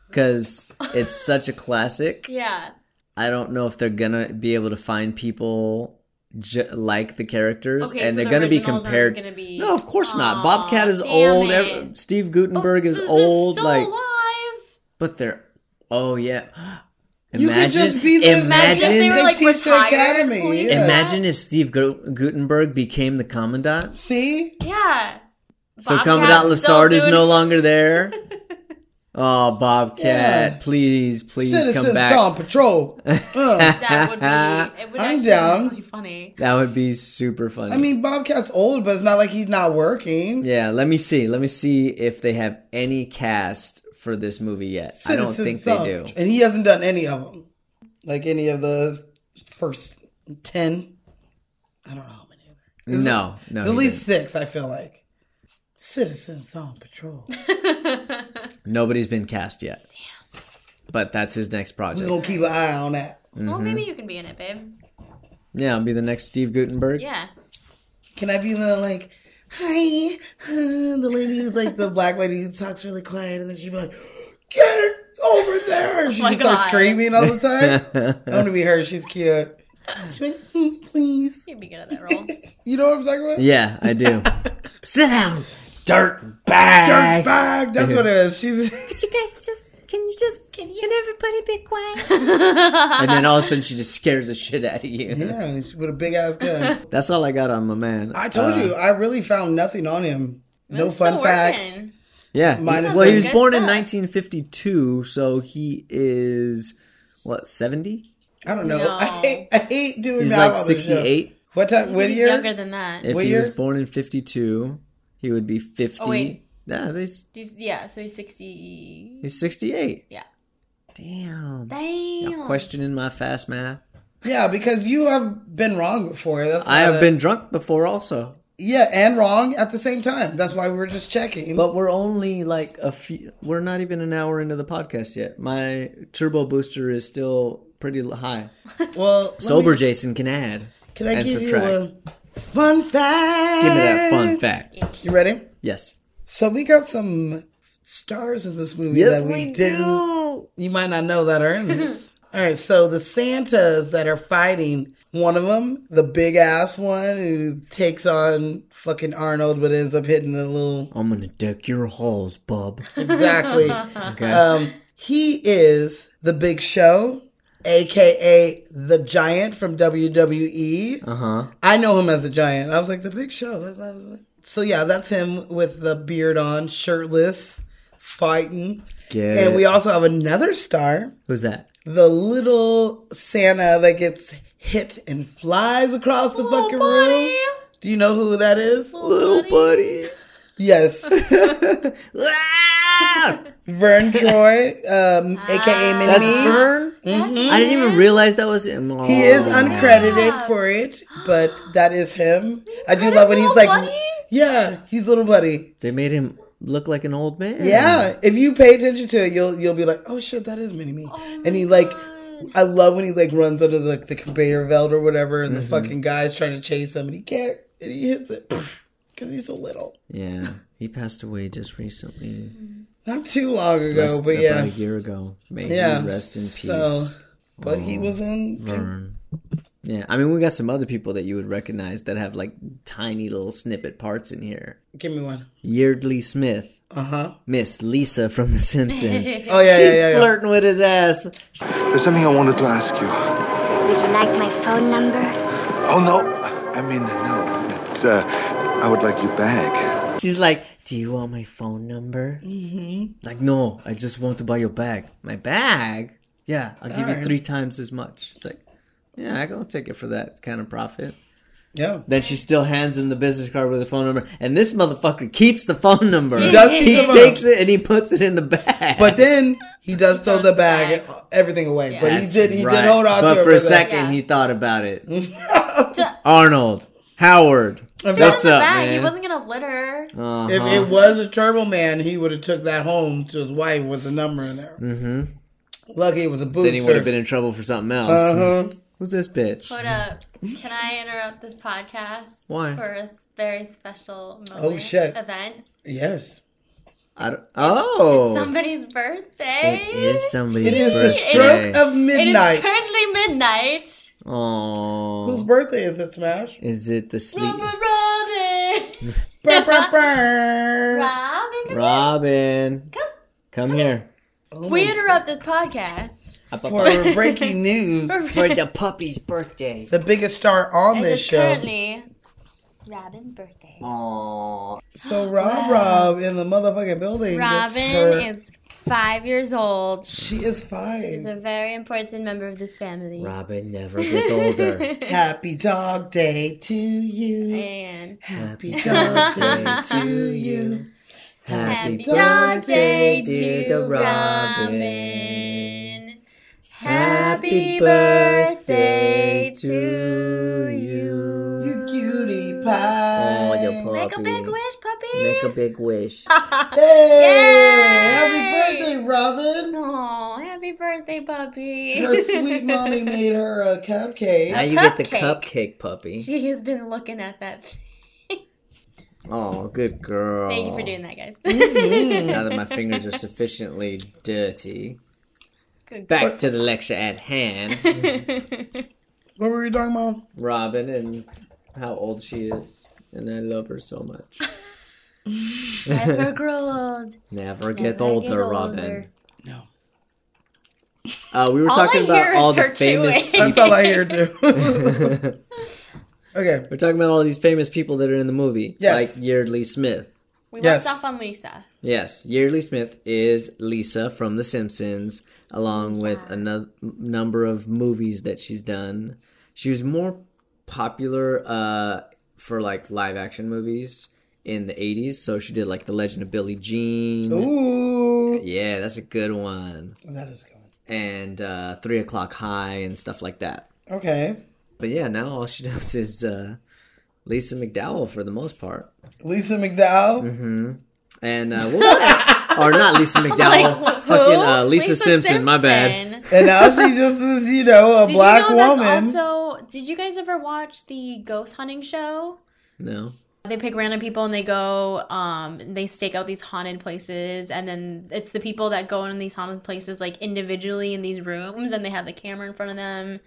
because it's such a classic.
Yeah.
I don't know if they're gonna be able to find people j- like the characters,
Okay,
and
so
they're
the
going to be
originals aren't
compared.
gonna be-
No, of course not.
Aw,
Bobcat is
damn
old.
it.
ev- Steve Gutenberg is
They're
old.
Still
like,
alive.
but they're. Oh yeah.
You could just be the-
imagine,
Imagine if they were
They
like
teach the
retired
academy,
police
yeah.
cops.
imagine if Steve Gu- Gutenberg became the commandant.
See?
Yeah.
So
Bobcat's
Commandant
still
Lassard is
doing-
no longer there. oh, Bobcat,
Yeah.
please, please come
Citizens
back.
on patrol. Uh,
That would be. It
I'm
would actually be
down.
Really funny.
That would be super funny.
I mean, Bobcat's old, but it's not like he's not working.
yeah, let me see. Let me see if they have any cast for this movie yet. I don't think
Citizens
they
on
do.
Patr- And he hasn't done any of them. Like any of the first 10. I don't know how many. There's
No, no.
There's
he
at least six, I feel like. Citizens on patrol.
didn't. Nobody's been cast yet. But that's his next
We're
project.
going to keep an eye on that.
Well,
Mm-hmm.
maybe you can be in it, babe.
Yeah, I'll be the next Steve Gutenberg.
Yeah.
Can I be the like, hi, uh, the lady who's like the black lady who talks really quiet, and then she'd be like, get over there, and she
Oh my
just starts
God.
screaming all the time. I want to be her. She's cute. She went, "Mm, please.
You'd be good at that role.
You know what I'm talking about?
Yeah, I do. Sit down, dirt bag.
Dirt bag. That's what it is. She's
And then all of a sudden, she just scares the shit out of you.
yeah, with a big ass gun.
That's all I got on my man.
I told
Uh,
you, I really found nothing on him. No
It's
fun
still
facts.
working.
Yeah.
Minus
well, he
the-
was
Good
born in
stuff.
1952, so he is what 70?
I don't know.
No.
I hate. I hate doing.
He's like
that on the show.
68.
What time? What
He's
year?
younger than that.
If
What
he
year?
was born in 52, he would be 50.
Oh, wait.
Yeah, he's,
He's- yeah, so he's 60.
he's 68.
Yeah.
Damn.
Damn.
Questioning my fast math.
Yeah, because you have been wrong before. That's
I
not
have
a-
been drunk before, also.
Yeah, and wrong at the same time. That's why we were just checking.
But we're only like a few. We're not even an hour into the podcast yet. My turbo booster is still pretty high.
well, let
Sober
me-
Jason can add.
Can I
and
give
subtract.
you a fun fact?
Give me that fun fact.
You ready?
Yes.
So we got some stars in this movie
Yes,
that we,
we
didn't. You might not know that are in this. All right, so the Santas that are fighting, one of them, the big ass one who takes on fucking Arnold, but ends up hitting the little
I'm gonna deck your halls, bub.
exactly.
Okay.
Um, he is the Big Show, aka the Giant from WWE.
uh huh.
I know him as the Giant. I was like the Big Show. That's not his name. So yeah, that's him with the beard on, shirtless, fighting.
Get
And
it.
we also have another star,
Who's that?
the little Santa that gets hit and flies across
Oh,
the fucking room. Do you know who that is?
Little buddy.
Yes,
Ah!
Vern Troy, um, aka Minnie.
That's
Me.
Vern. I didn't even realize that was him.
He is
Aw.
uncredited for it, but that is him. I do love when he's like,
Buddy?
yeah, he's little buddy.
They made him look like an old man.
Yeah, if you pay attention to it, you'll you'll be like, oh shit, that is Mini Me. and he like, I love when he like runs under the, the conveyor belt or whatever, and the
Mm-hmm.
fucking guy's trying to chase him, and he can't, and he hits it because he's so little.
Yeah. He passed away just recently.
Not too long ago,
Less-
but
about
yeah,
a year ago. May he
yeah.
rest in peace.
So, but he was in.
Vern. Yeah, I mean, we got some other people that you would recognize that have like tiny little snippet parts in here.
Give me one.
Yeardley Smith,
Uh huh.
Miss Lisa from The Simpsons.
Oh yeah, yeah, yeah. yeah.
Flirting with his ass.
There's something I wanted to ask you.
Would you like my phone number?
Oh, no. I mean, no. It's, uh, I would like you back.
She's like, Do you want my phone number? Mm-hmm. Like, no, I just want to buy your bag. My bag? Yeah, I'll give you
Darn.
three times as much. It's like, Yeah, I will take it for that kind of profit.
yeah.
Then she still hands him the business card with the phone number, and this motherfucker keeps the phone number. He
does keep the phone
takes it and he puts it in the bag.
But then he does throw the bag, and everything away. But he
That's
did. He
right.
did hold on
But
to it
for a
that.
second,
Yeah.
he thought about it. Arnold, Howard, what's
In the
up,
bag,
man?
He wasn't gonna litter.
Uh-huh.
If it was a Turbo Man, he would have took that home to his wife with the number in there. Mm-hmm. Lucky it was a booster.
then he would have been in trouble for something else.
Uh-huh.
Who's this bitch?
Hold up. uh, Can I interrupt this podcast
Why?
for a s- very special moment?
Oh, shit.
Event.
Yes,
I don't- oh,
Somebody's birthday.
it is somebody's
it is the
birthday.
stroke of
It is
midnight.
currently midnight.
Aww.
Whose birthday is it, Smash?
Is it the sleep?
Robin.
Brr, brr, brr.
Robin. come
Robin, come, come here
here. We interrupt this podcast.
Up, up, up.
For breaking news,
for the puppy's birthday.
the biggest star on
As
this
it's
show.
currently Robin's birthday.
Aww.
So Rob Rob in the motherfucking building gets her.
Robin is five years old.
she is
She's
fine.
a very important member of this family.
Robin never gets older.
Happy Dog Day to you.
And
Happy Dog Day to you.
happy
Dog
dog day
Day
to
to
the Robin. Happy birthday to you.
You cutie pie.
Oh, your puppy.
Make a big wish, puppy.
Make a big wish.
Hey! Happy birthday, Robin.
Oh, happy birthday, puppy.
Her sweet mommy made her a cupcake.
Now you get the
Cupcake.
cupcake puppy.
She has been looking at that.
Oh, good girl.
Thank you for doing that, guys.
Mm-hmm.
Now that my fingers are sufficiently dirty.
Good
Back to the lecture at hand.
What were we talking about?
Robin and how old she is. And I love her so much.
Never grow old.
Never get
Never
older,
get older.
Robin.
No.
Uh, we were
All
talking
I hear
about all
is
the
her
famous
chewing.
That's all I hear too. okay.
We're talking about all these famous people that are in the movie.
Yes.
Like Yeardley Smith.
We
Yes.
left off on Lisa.
Yes, Yearly Smith is Lisa from The Simpsons, along with a no- number of movies that she's done. She was more popular uh, for like live action movies in the 80s, so she did like The Legend of Billie Jean.
Ooh.
Yeah, that's a good one.
That is good.
And uh, Three O'Clock High and stuff like that.
Okay.
But yeah, now all she does is uh, Lisa McDowell for the most part.
Lisa McDowell.
Mm-hmm. And uh, what- or not Lisa McDowell,
Like, who?
fucking uh, Lisa, Simpson, My bad.
Simpson.
And now she just is, you know, a
Did
black
you know
woman.
That's also, did you guys ever watch the ghost hunting show?
No.
They pick random people and they go, um, and they stake out these haunted places, and then it's the people that go in these haunted places like individually in these rooms, and they have the camera in front of them.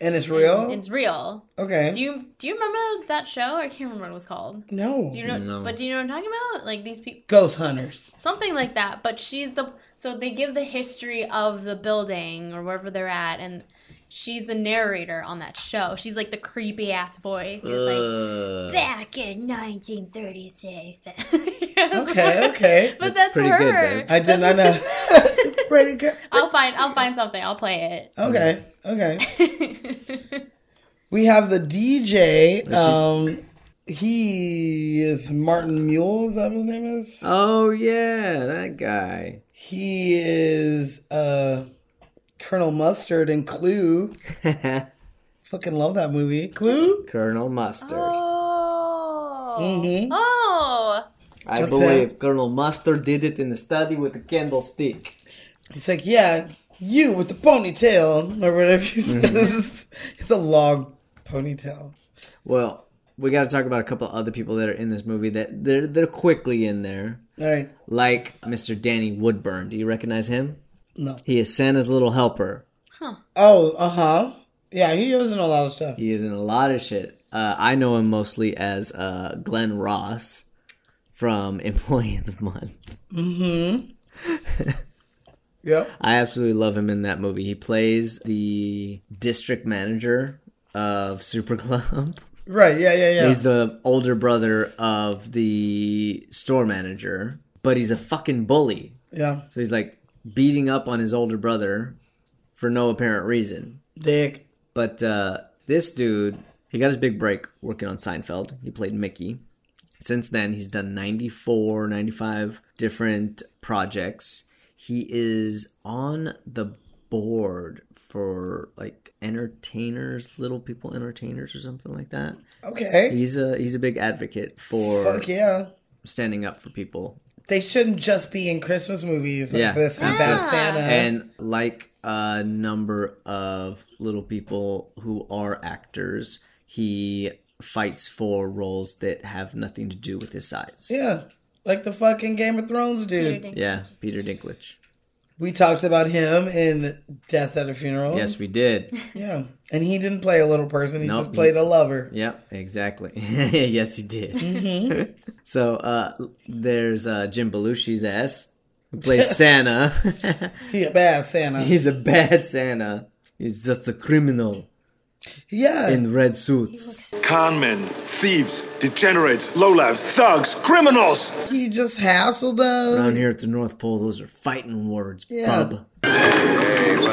and it's real?
It's real.
okay.
Do you do you remember that show? I can't remember what it was called.
no.
Do you know?
No.
But do you know what I'm talking about? Like these people,
Ghost hunters.
something like that. But she's the so they give the history of the building or wherever they're at, and she's the narrator on that show. She's like the creepy ass voice. It's like
Ugh.
back in 1936. That's
Okay,
what-
okay.
But
That's
that's,
pretty good,
her.
babe.
I did not know. Pretty good.
I'll find I'll find something. I'll play
Okay, okay.
it.
We have the DJ.
she-
Um, he is Martin Mule. Is that what his name is?
Oh yeah, that guy.
He is uh, Colonel Mustard and Clue. Fucking love that movie. Clue.
Colonel Mustard.
oh.
Mhm.
Mm-hmm.
Oh.
I
That's
believe Colonel Mustard did it in the study with a candlestick.
He's like, yeah, you with the ponytail or whatever he says. it's a long ponytail.
Well, we got to talk about a couple other people that are in this movie that they're they're quickly in there,
All right.
like Mr. Danny Woodburn. Do you recognize him?
No.
He is Santa's little helper.
Oh, uh huh. Yeah, he was in a lot of stuff.
He is in a lot of shit. Uh, I know him mostly as uh, Glenn Ross from Employee of the Month.
Yep.
I absolutely love him in that movie. He plays the district manager of Super Club.
Right. Yeah. Yeah. Yeah.
He's the older brother of the store manager, but he's a fucking bully.
yeah.
So he's like beating up on his older brother for no apparent reason.
Dick.
But uh, this dude, he got his big break working on Seinfeld. He played Mickey. Since then, he's done 94, 95 different projects. He is on the board for like entertainers, little people entertainers, or something like that.
Okay.
He's a he's a big advocate for
Fuck yeah.
standing up for people.
They shouldn't just be in Christmas movies like
Yeah,
this and Bad
absolutely.
Santa.
And like a number of little people who are actors, he fights for roles that have nothing to do with his size.
yeah. Like the fucking Game of Thrones dude.
Peter Dinklage.
Yeah, Peter Dinklage.
We talked about him in Death at a Funeral.
Yes, we did.
Yeah. And he didn't play a little person, he
Nope.
just played a lover.
Yep, exactly. yes, he did. so uh, there's uh, Jim Belushi's ass who plays Santa.
He a bad Santa.
He's a bad Santa. He's just a criminal
yeah.
in red suits.
Con men, thieves, degenerates, lowlives, thugs, criminals.
he just hassled us.
Around here at the North Pole, those are fighting words,
Yeah.
bub.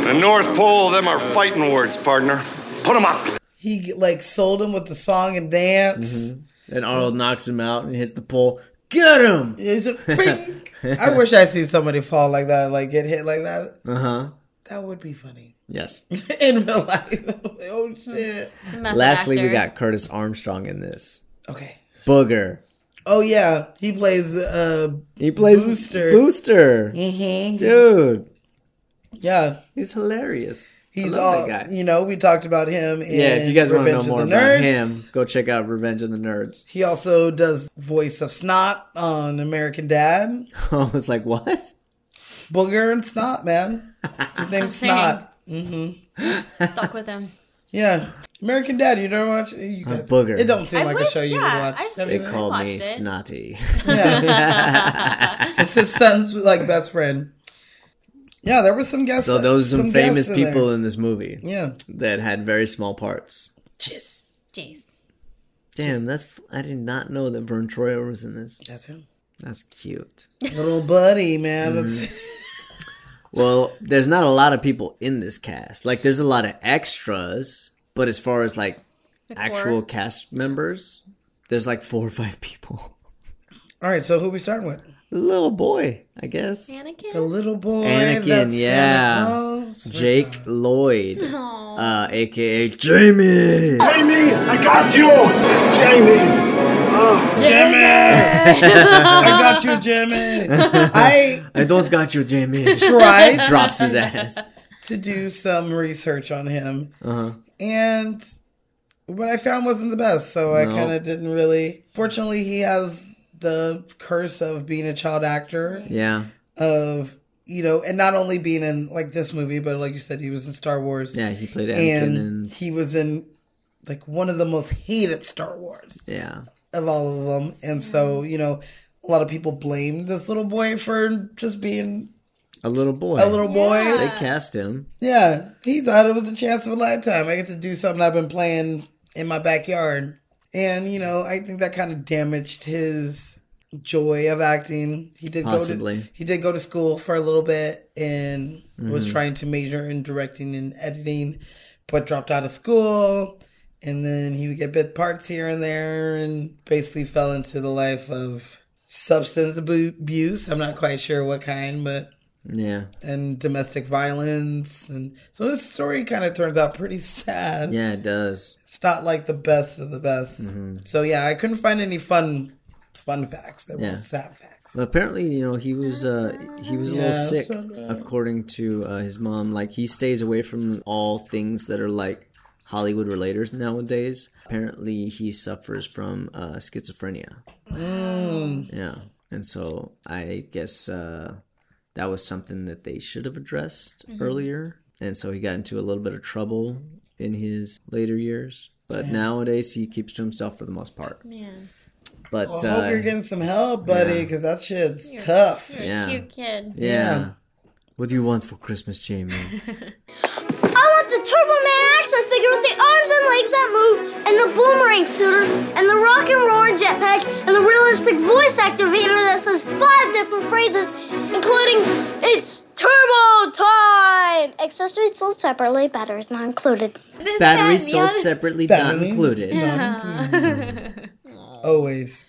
The North Pole, them are fighting words, partner. Put them out.
He like sold him with the song and dance.
And Arnold knocks him out and hits the pole. Get him!
It's a bing. I wish I see somebody fall like that, like get hit like that.
Uh huh.
That would be funny
Yes.
in real life. oh shit.
Method
Lastly, we
actor.
got Curtis Armstrong in this.
Okay.
Booger.
Oh yeah, he plays. uh
He plays
Booster.
Booster. Mm-hmm.
mhm.
Dude,
Yeah,
he's hilarious. I
he's
love
all.
that guy.
You know, we talked about him. In
Yeah, if you guys want to know
Revenge of
more
the
about
Nerds.
him, go check out Revenge of the Nerds.
He also does voice of Snot on American Dad.
I was like, what?
Booger and Snot, man. His name's
Same.
Snot.
stuck with him.
Yeah. American Dad, you don't watch you guys,
Uh, booger.
It don't seem
I
like a
would-
show you
yeah,
would watch.
I've seen
They
I
called me
watched it.
snotty.
It's his son's like best friend. Yeah, there were some guests.
so those are some, famous
guests in
people
there.
in this movie
Yeah.
that had very small parts.
Jeez.
Jeez.
Damn, that's f- I did not know that Vern Troyer was in this.
That's him.
That's cute.
Little buddy, man.
Mm-hmm.
That's
Well, there's not a lot of people in this cast. Like, there's a lot of extras, but as far as like
The
actual
core.
cast members, there's like four or five people.
all right, so who we starting with?
Little boy, I guess.
Anakin.
The little boy.
Anakin,
that's
yeah.
Santa Claus.
Jake Lloyd, uh, aka Jamie.
Jamie, I got you! Jamie!
I got you, Jimmy. I
I don't got you, Jamie.
tried
Drops his ass.
to do some research on him,
Uh huh.
and what I found wasn't the best, so I
No.
kind of didn't really. Fortunately, he has the curse of being a child actor.
Yeah.
of you know, and not only being in like this movie, but like you said, he was in Star Wars.
Yeah, he played Anakin
and
and,
he was in like one of the most hated Star Wars
yeah.
of all of them, and so you know, a lot of people blame this little boy for just being
A little boy.
a little boy.
They cast him.
Yeah, he thought it was a chance of a lifetime. I get to do something I've been playing in my backyard, and you know, I think that kind of damaged his joy of acting. He did go
Possibly.
to he did go to school for a little bit and was trying to major in directing and editing, but dropped out of school. And then he would get bit parts here and there, and basically fell into the life of substance abu- abuse. I'm not quite sure what kind, but
Yeah.
and domestic violence and so his story kind of turns out pretty sad
Yeah, Mm-hmm. it does.
it's not like the best of the best so yeah i couldn't find any fun fun facts that
Yeah.
were sad facts
But apparently, you know, he was uh he was a little
Yeah,
sick
so-
according to uh, his mom. Like he stays away from all things that are like Hollywood relators nowadays. Apparently, he suffers from uh, schizophrenia.
Mm.
Yeah. And so I guess uh, that was something that they should have addressed earlier. And so he got into a little bit of trouble in his later years. But nowadays, he keeps to himself for the most part.
Yeah.
But
i hope
uh,
you're getting some help buddy because that shit's tough
You're
Yeah.
a cute kid.
yeah.
Yeah.
What do you want for Christmas, Jamie?
I want the Turbo Man action figure with the arms and legs that move, and the boomerang suitor, and the rock and roller jetpack, and the realistic voice activator that says five different phrases, including "It's Turbo Time." Accessories sold separately, batteries not included.
Batteries
and the
sold
other-
separately, not
Battery.
included.
always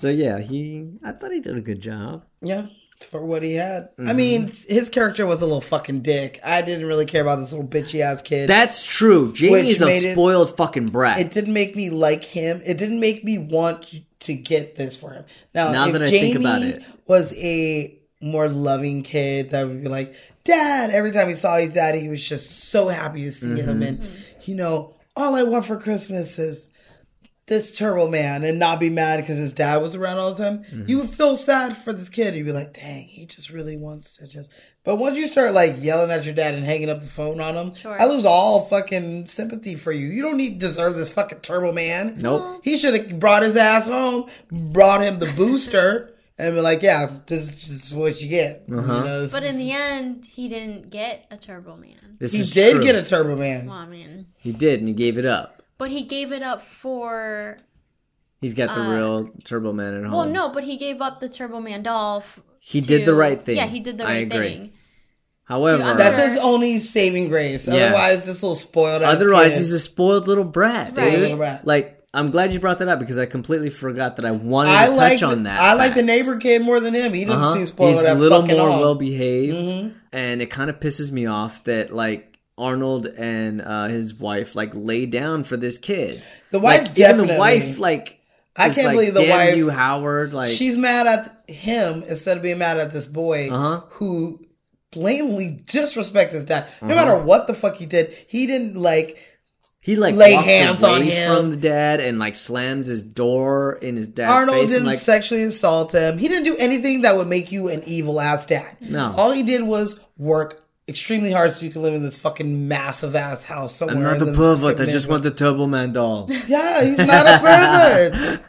So yeah, he. I thought he did a good job.
yeah for what he had
Mm-hmm.
i mean his character was a little fucking dick i didn't really care about this little bitchy ass kid
That's true.
Which
Jamie's
made it-
a spoiled fucking brat.
it didn't make me like him. It didn't make me want to get this for him. Now,
Now
if
that I
Jamie
think about it.
was a more loving kid, that would be like, Dad. Every time he saw his dad, he was
Mm-hmm.
just so happy to see him. And you know, all I want for Christmas is this Turbo Man and not be mad because his dad was around all the time,
Mm-hmm.
Mhm.
you would feel sad for this kid. You'd be like, dang, he just really wants to just. But once you start like yelling at your dad and hanging up the phone on him,
Sure.
I lose all fucking sympathy for you. You don't need deserve this fucking Turbo Man.
Nope.
He should have brought his ass home, brought him the booster, and be like, yeah, this, is what you get.
Uh-huh.
You know, this
But in the end, he didn't get a Turbo Man.
This
he
is
did
true.
get a Turbo Man.
Well, I mean,
He did, and he gave it up.
but he gave it up for.
He's got the
Uh,
real Turbo Man at home.
Well, no, but he gave up the Turbo Man doll. F-
He did the
to-
right thing.
Yeah, he did the
I
right
agree.
thing.
However,
That's his only saving grace.
Yeah.
Otherwise, this little spoiled. ass
Otherwise,
kid-
he's a spoiled little brat,
Right.
dude.
Little brat.
Like, I'm glad you brought that up because I completely forgot that I wanted
I
to
like
touch on
the-
that.
I like
fact.
the neighbor kid more than him. He doesn't
Uh-huh.
seem spoiled.
He's
at
a little
fucking Mm-hmm.
more
all.
well behaved, and it kind of pisses me off that like Arnold and uh, his wife like lay down for this kid.
The wife
like, even
definitely-
the wife like
I
is
can't
like,
believe the
"Damn
wife-
You Howard, like
She's mad at him instead of being mad at this boy
Uh-huh.
who blatantly disrespects his dad. No
Uh-huh.
matter what the fuck he did, he didn't like.
he like
lay
walks
hands
away
on him.
from the dad and like slams his door in his dad's
Arnold
face
didn't
and like
sexually assault him. He didn't do anything that would make you an evil ass dad.
No.
All he did was work extremely hard so you can live in this fucking massive ass house somewhere.
I'm not
in
a
the
pervert. I
fucking
just want the Turbo Man doll.
Yeah, he's not a pervert.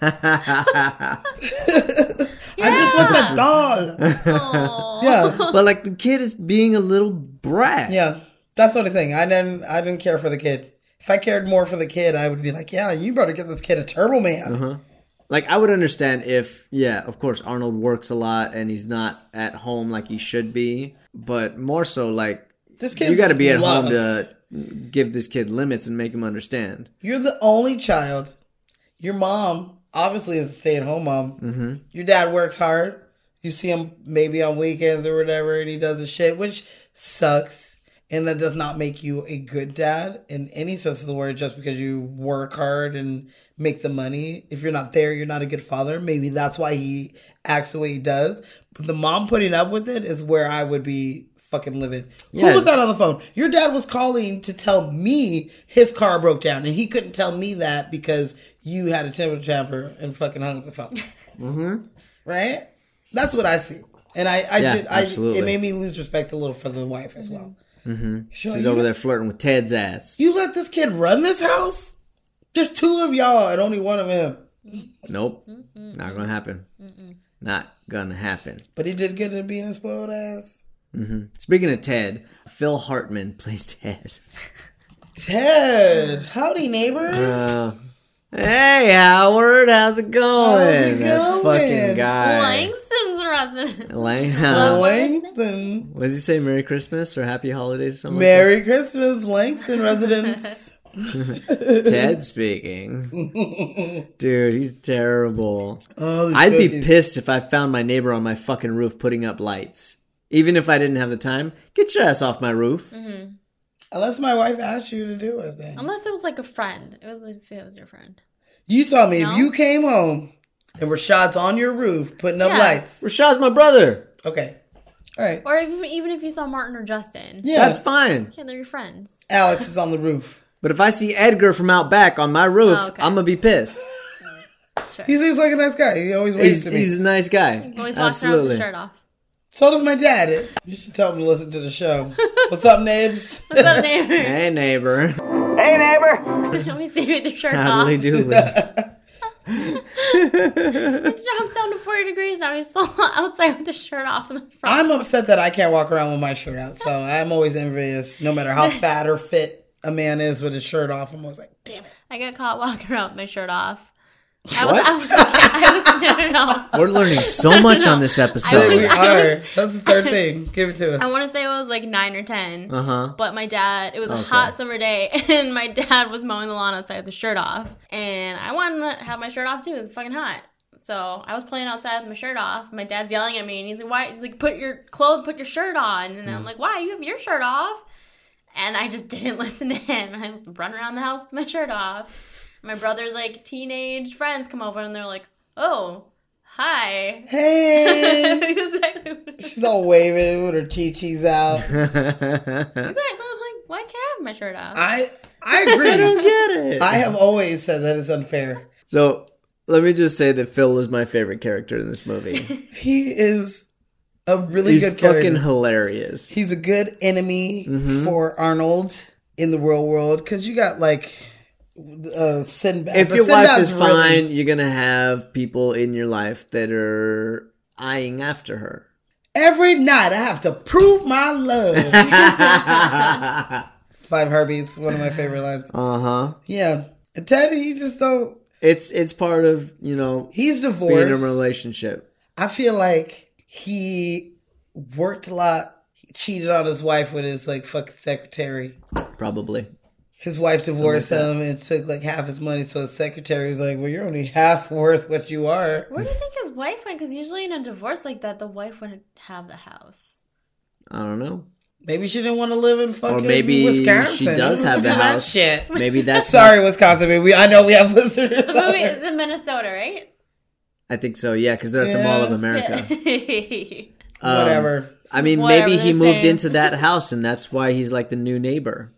I just want the doll. Yeah,
but like the kid is being a little brat.
Yeah, that's what I think. I didn't. I didn't care for the kid. If I cared more for the kid, I would be like, yeah, you better get this kid a Turbo Man.
Uh-huh. Like I would understand if yeah, of course Arnold works a lot and he's not at home like he should be, but more so like
This kid's
you got to be at
loved.
home to give this kid limits and make him understand.
You're the only child. Your mom obviously is a stay-at-home mom.
hmm
Your dad works hard. You see him maybe on weekends or whatever, and he does his shit, which sucks. And that does not make you a good dad in any sense of the word just because you work hard and make the money. If you're not there, you're not a good father. Maybe that's why he acts the way he does. But the mom putting up with it is where I would be fucking livid.
Yeah.
Who was that on the phone? Your dad was calling to tell me his car broke down, and he couldn't tell me that because you had a temper tantrum and fucking hung up the phone
Mm-hmm.
right? That's what I see, and I, I
Yeah,
did. I,
absolutely.
it made me lose respect a little for the wife as well.
hmm
Sure,
She's
you
over
got-
there flirting with Ted's ass.
You let this kid run this house? There's two of y'all and only one of him.
Nope, not gonna happen. Not gonna happen.
But he did good at being a spoiled ass.
hmm Speaking of Ted, Phil Hartman plays Ted.
Ted, howdy neighbor.
Uh, hey Howard, how's it going? That fucking guy.
Langston's resident.
Lang-
Uh,
Langston.
What does he say? Merry Christmas or Happy Holidays? or something like
Merry Christmas, Langston residents.
that? Ted speaking. Dude, he's terrible.
Oh, these
I'd be
cookies.
pissed if I found my neighbor on my fucking roof putting up lights. Even if I didn't have the time, get your ass off my roof.
Mhm.
Unless my wife asked you to do it, then
Unless it was like a friend. It was if it was your friend.
you tell me if you came home and Rashad's on your roof putting up
Yeah.
lights.
Rashad's my brother.
Okay, all right.
Or even, even if you saw Martin or Justin.
Yeah.
That's fine.
Yeah, they're your friends.
Alex is on the roof.
But if I see Edgar from out back on my roof,
Oh, okay.
I'm gonna be pissed.
He seems like a nice guy. He always waves
He's,
to me.
he's a nice guy.
Always walking around with the
Absolutely.
shirt off.
So does my dad. You should tell him to listen to the show. What's up, Nibs?
What's up, neighbor?
Hey neighbor.
hey, neighbor! we see you with your shirt off.
Howdy doodly.
It jumped down to 40 degrees. Now he's still outside with the shirt off in the front.
I'm upset that I can't walk around with my shirt out, so I'm always envious, no matter how fat or fit a man is with his shirt off. I'm always like,
I got caught walking around with my shirt off. I was, I was, I was, no, no, no.
We're learning so much on this
"Hey, we
episode.
are. That's the third thing. Give it to
I
us.
want to say it was like nine or ten.
Uh-huh.
But my dad, it was a
Okay.
hot summer day, and my dad was mowing the lawn outside with his shirt off, and I wanted to have my shirt off too. It was fucking hot. So I was playing outside with my shirt off. My dad's yelling at me, and he's like, "Why?" He's like, "Put your clothes, put your shirt on." And I'm
Mm.
like, "Why? You have your shirt off." And I just didn't listen to him. I run around the house with my shirt off. My brother's like teenage friends come over, and they're like, "Oh, hi,
Hey.
exactly.
She's all waving with her chi chis out.
I
Exactly. I'm like, why can't I have my shirt off?
I agree.
don't get it.
I have always said that it's unfair.
So let me just say that Phil is my favorite character in this movie.
He is a really
He's
good character.
fucking hilarious.
He's a good enemy
Mm-hmm.
for Arnold in the real world because you got like uh, Sinbad.
if
but
your wife
Sinbad's
is
really-
fine, you're gonna have people in your life that are eyeing after her.
every night I have to prove my
Uh-huh.
love. Five Herbies, one of my favorite lines.
Uh huh.
Yeah, and Teddy, he just don't.
It's it's part of you know
He's
being in a
divorced.
relationship.
I feel like he worked a lot, he cheated on his wife with his like fucking secretary.
Probably.
His wife divorced
Something
him and took like half his money, so his secretary was like, "Well, you're only half worth what you are."
Where do you think his wife went? Because usually in a divorce like that, the wife wouldn't have the house.
I don't know.
Maybe she didn't want to live in fucking
Or maybe
Wisconsin.
she does
Who
have the
do that
house.
Shit.
Maybe that's
Sorry, Wisconsin. Baby. We, I know we have listeners.
The
out
movie
there.
is in Minnesota, right?
I think so. Yeah, because they're at the Mall of
Yeah.
America. Um,
Whatever.
I mean,
Whatever
maybe he
they're
moved
saying.
into that house, and that's why he's like the new neighbor.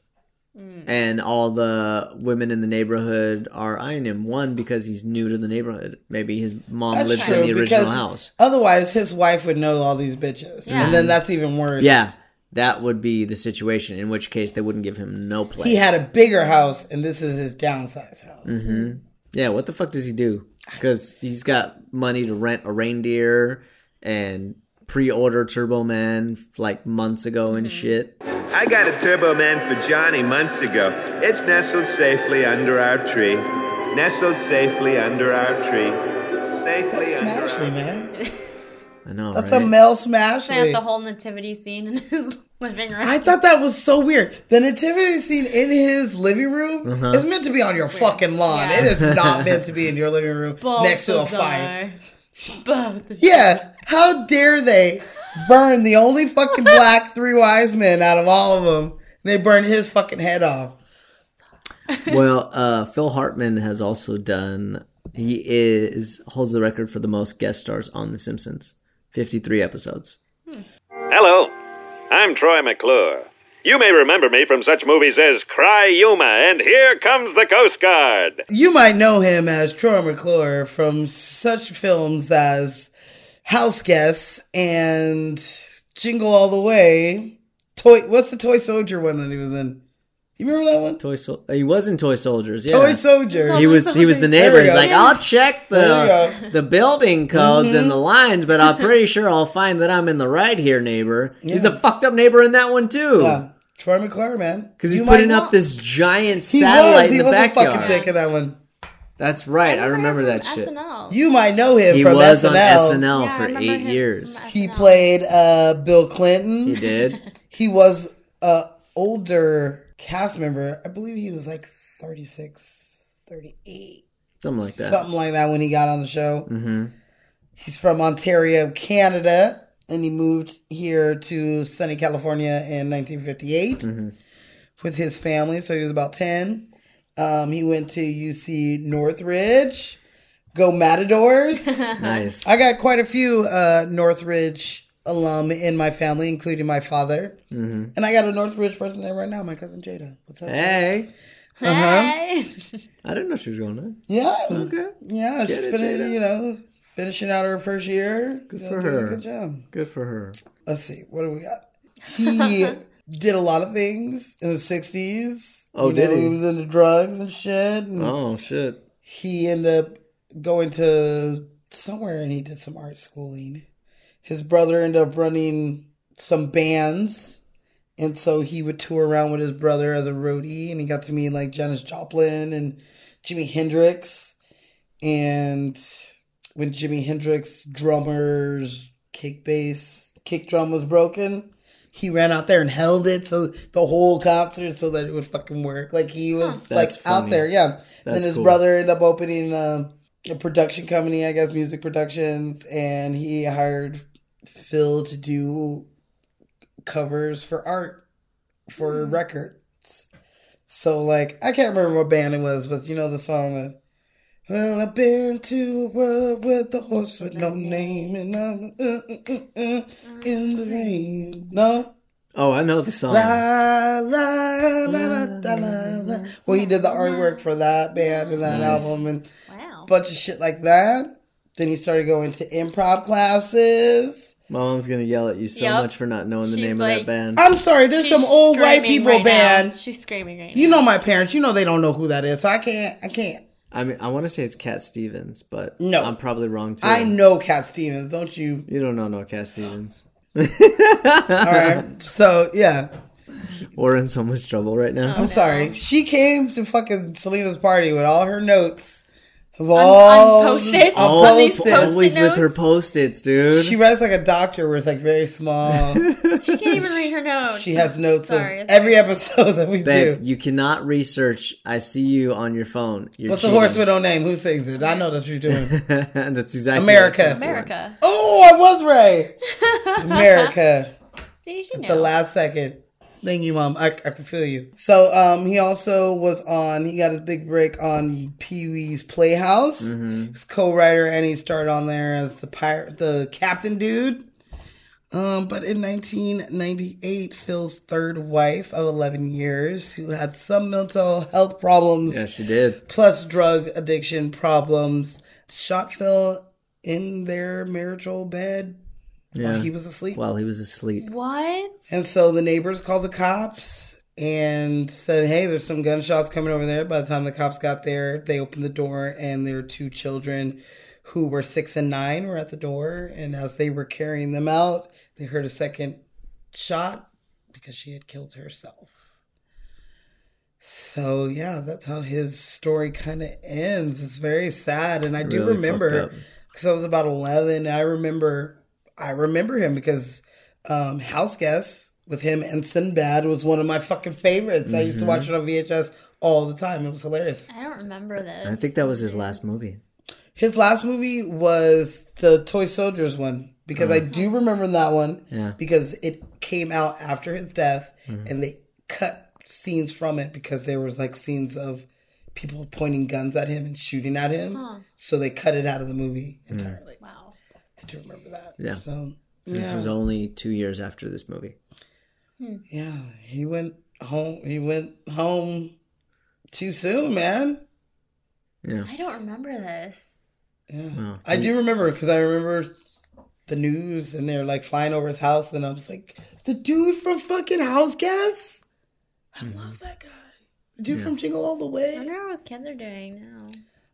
Mm.
And all the women in the neighborhood are eyeing him. One because he's new to the neighborhood. Maybe his mom
That's
lives
true,
in the original
because
house.
Otherwise, his wife would know all these bitches,
Yeah.
and then that's even worse.
Yeah, that would be the situation. In which case, they wouldn't give him no play.
he had a bigger house, and this is his downsized house.
hmm Yeah, what the fuck does he do? Because he's got money to rent a reindeer and pre-order Turbo Man like months ago
Mm-hmm.
and shit.
I got a Turbo Man for Johnny months ago. It's nestled safely under our tree. Nestled safely under our tree. Safely under
Ashley, man,
I know,
that's
right?
a Mel
They have
Smashley.
the whole nativity scene in his living room.
I thought that was so weird. The nativity scene in his living room
Uh-huh.
is meant to be on your fucking lawn.
Yeah.
It is not meant to be in your living room next to a
Balthazar.
fire.
Balthazar.
Yeah. How dare they burn the only fucking black three wise men out of all of them? And they burn his fucking head off.
well, uh, Phil Hartman has also done. He is holds the record for the most guest stars on The Simpsons, fifty-three episodes.
Hello, I'm Troy McClure. You may remember me from such movies as Cry Yuma and Here Comes the Coast Guard.
You might know him as Troy McClure from such films as House Guests and Jingle All the Way. Toy, what's the Toy Soldier one that he was in? You remember that one?
Toy Sol- he was in Toy Soldiers. Yeah.
Toy Soldier.
He was he was the
There we
neighbor. He's
go.
like, I'll check
There Mm-hmm.
the the building codes and the lines, but I'm pretty sure I'll find that I'm in the right here, neighbor. He's a fucked up neighbor in that one too.
Yeah. Troy McClure, man.
Because he's
You
putting
might-
up this giant
He
satellite
was. He
in the
was a
backyard.
fucking dick in that one.
That's right. I remember that shit.
SNL.
You might know him
He
from
was
SNL.
on SNL
Yeah, I
for
remember
eight
him
years.
He played uh, Bill Clinton.
He did.
He was a older cast member. I believe he was like 36, 38,
Something like that.
something like that when he got on the show.
hmm
He's from Ontario, Canada, and he moved here to sunny California in 1958
Mm-hmm.
with his family. So he was about 10. Um, he went to UC Northridge. Go Matadors.
Nice.
I got quite a few uh, Northridge alum in my family, including my father.
hmm
And I got a Northridge person there right now, my cousin Jada. What's up?
Hey,
Jada? Uh-huh.
Hey.
I didn't know she was going there.
Yeah.
Okay.
Yeah, she's
Jada,
finna-
Jada.
you know, finishing out her first year. Good
for her.
Good job.
Good for her.
Let's see. What do we got? He did a lot of things in the 60s.
Oh,
you
did
know,
he?
he was into drugs and shit. And
Oh shit.
he ended up going to somewhere and he did some art schooling. His brother ended up running some bands, and so he would tour around with his brother as a roadie, and he got to meet like Janis Joplin and Jimi Hendrix. And when Jimi Hendrix drummer's kick bass kick drum was broken, he ran out there and held it to the whole concert so that it would fucking work. Like he was like
That's
out
funny.
there, yeah. then
That's
his
cool.
brother ended up opening um a production company, I guess, music productions, and he hired Phil to do covers for art for
Hmm.
records. So like I can't remember what band it was, but you know the song uh, Well I've been to a world with a horse with no name and I'm uh, uh, uh, uh, in the rain. No?
Oh, I know the song.
La, la, la, la, la, la, la. Well he did the artwork for that band and that
Nice.
album and
Wow.
bunch of shit like that. Then he started going to improv classes.
My mom's gonna yell at you so
Yep.
much for not knowing the
She's
name of
like-
that band.
I'm sorry, there's
She's
some old white
screaming
people
right now.
band.
She's screaming right
You know my parents. You know they don't know who that is. So I can't. I can't.
I mean, I want to say it's Cat Stevens, but
No.
I'm probably wrong too.
I know Cat Stevens. Don't you?
You don't know no Cat Stevens.
All right. So yeah,
We're in so much trouble right now.
I'm sorry. She came to fucking Selena's party with all her notes of
Un-
all
unposted?
of
On these
post-its.
Post-it Always with her notes? post-its, dude.
She writes like a doctor, where it's like very small.
She can't even read her notes.
she has notes
Sorry,
of
it's
every episode that we
Babe,
do.
you cannot research. I see you on your phone. You're
What's the
cheating.
horse with no name? Who sings it? I know that's what you're doing.
That's exactly
America.
what I-
America.
Oh, I was right. America.
See, she
At
knows.
the last second. Thank you, mom. I, I can feel you. So, um, he also was on. He got his big break on Pee Wee's Playhouse.
Mhm.
He was co-writer, and he started on there as the pirate, the captain dude. Um, but in 1998, Phil's third wife of 11 years, who had some mental health problems
Yeah, she did.
plus drug addiction problems, shot Phil in their marital bed
Yeah.
while Oh, he was asleep.
While he was asleep.
What?
And so the neighbors called the cops and said, "Hey, there's some gunshots coming over there." By the time the cops got there, they opened the door and their two children, who were six and nine, were at the door. And as they were carrying them out, they heard a second shot because she had killed herself. So yeah, that's how his story kind of ends. It's very sad, and I do
Really
remember
fucked up.
because I was about eleven. And I remember, I remember him because um, House Guest with him and Sinbad was one of my fucking favorites. I used to
Mhm.
watch it on VHS all the time. It was hilarious.
I don't remember this.
I think that was his last movie.
His last movie was the Toy Soldiers one because I do remember that one
Yeah.
because it came out after his death
Mhm.
and they cut scenes from it because there was like scenes of people pointing guns at him and shooting at him.
Huh.
So they cut it out of the movie entirely.
Wow.
I do remember that.
Yeah.
So
This
yeah.
was only two years after this movie.
yeah, he went home he went home too soon, man.
Yeah.
I don't remember this.
Yeah.
Wow.
I do remember because I remember the news and they're like flying over his house and I was like, the dude from fucking House Guest? I love that guy. The dude
Yeah.
from Jingle All the
I
Way.
wonder what those kids are doing now.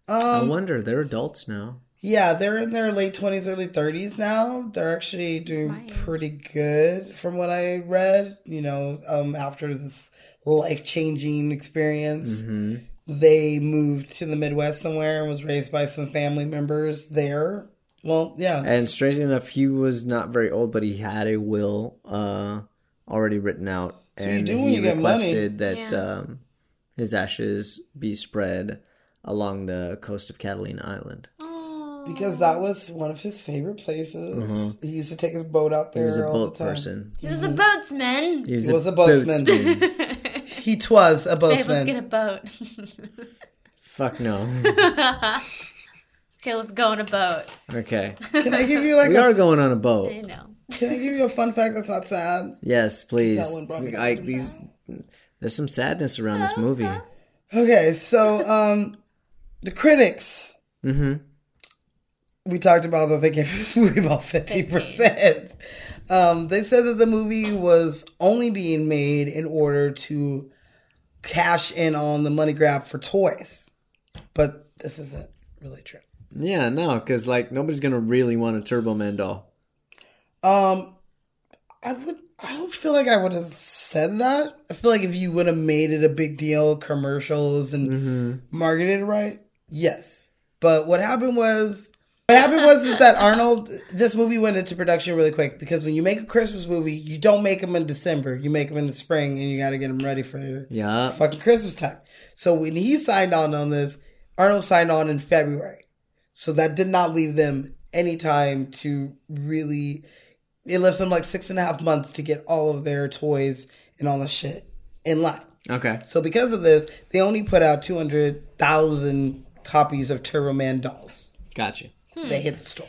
I
Um,
wonder. They're adults now.
yeah, they're in their late 20s, early 30s now. They're actually doing pretty good from what I read, you know, um, after this life changing experience.
hmm
They moved to the Midwest somewhere and was raised by some family members there. Well, yeah.
And strangely enough, he was not very old, but he had a will uh, already written out,
So you
and
do when
he
you get money.
requested that
Yeah.
um, his ashes be spread along the coast of Catalina Island.
Because that was one of his favorite places.
Mhm.
He used to take his boat out
He
there
was a
all
boat
the time.
person.
He was a boatsman.
He was,
He was a boatsman. He twas a
Babe, let's get a
boatman.
boat.
Fuck no.
okay, let's go on a boat.
okay,
Can I give you like
we
a
are going on a
I
boat.
know.
Can I give you a fun fact that's not sad?
Yes, please.
one brought me
I, these, there's some sadness around this movie.
Okay, so um the critics
hmm
we talked about that they gave this movie about 50%. Um, they said that the movie was only being made in order to cash in on the money grab for toys. But this isn't really true.
Yeah, no, because like nobody's gonna really want a Turbo Man doll.
Um, I would. I don't feel like I would have said that. I feel like if you would have made it a big deal, commercials and marketed it right, yes. But what happened was, what happened was is that Arnold. This movie went into production really quick because when you make a Christmas movie, you don't make them in December. You make them in the spring, and you got to get them ready for
Yeah.
fucking Christmas time. So when he signed on on this, Arnold signed on in February. So that did not leave them any time to really. It left them like six and a half months to get all of their toys and all the shit in line.
Okay.
So because of this, they only put out 200,000 copies of Turbo Man dolls.
Gotcha.
They hit the store.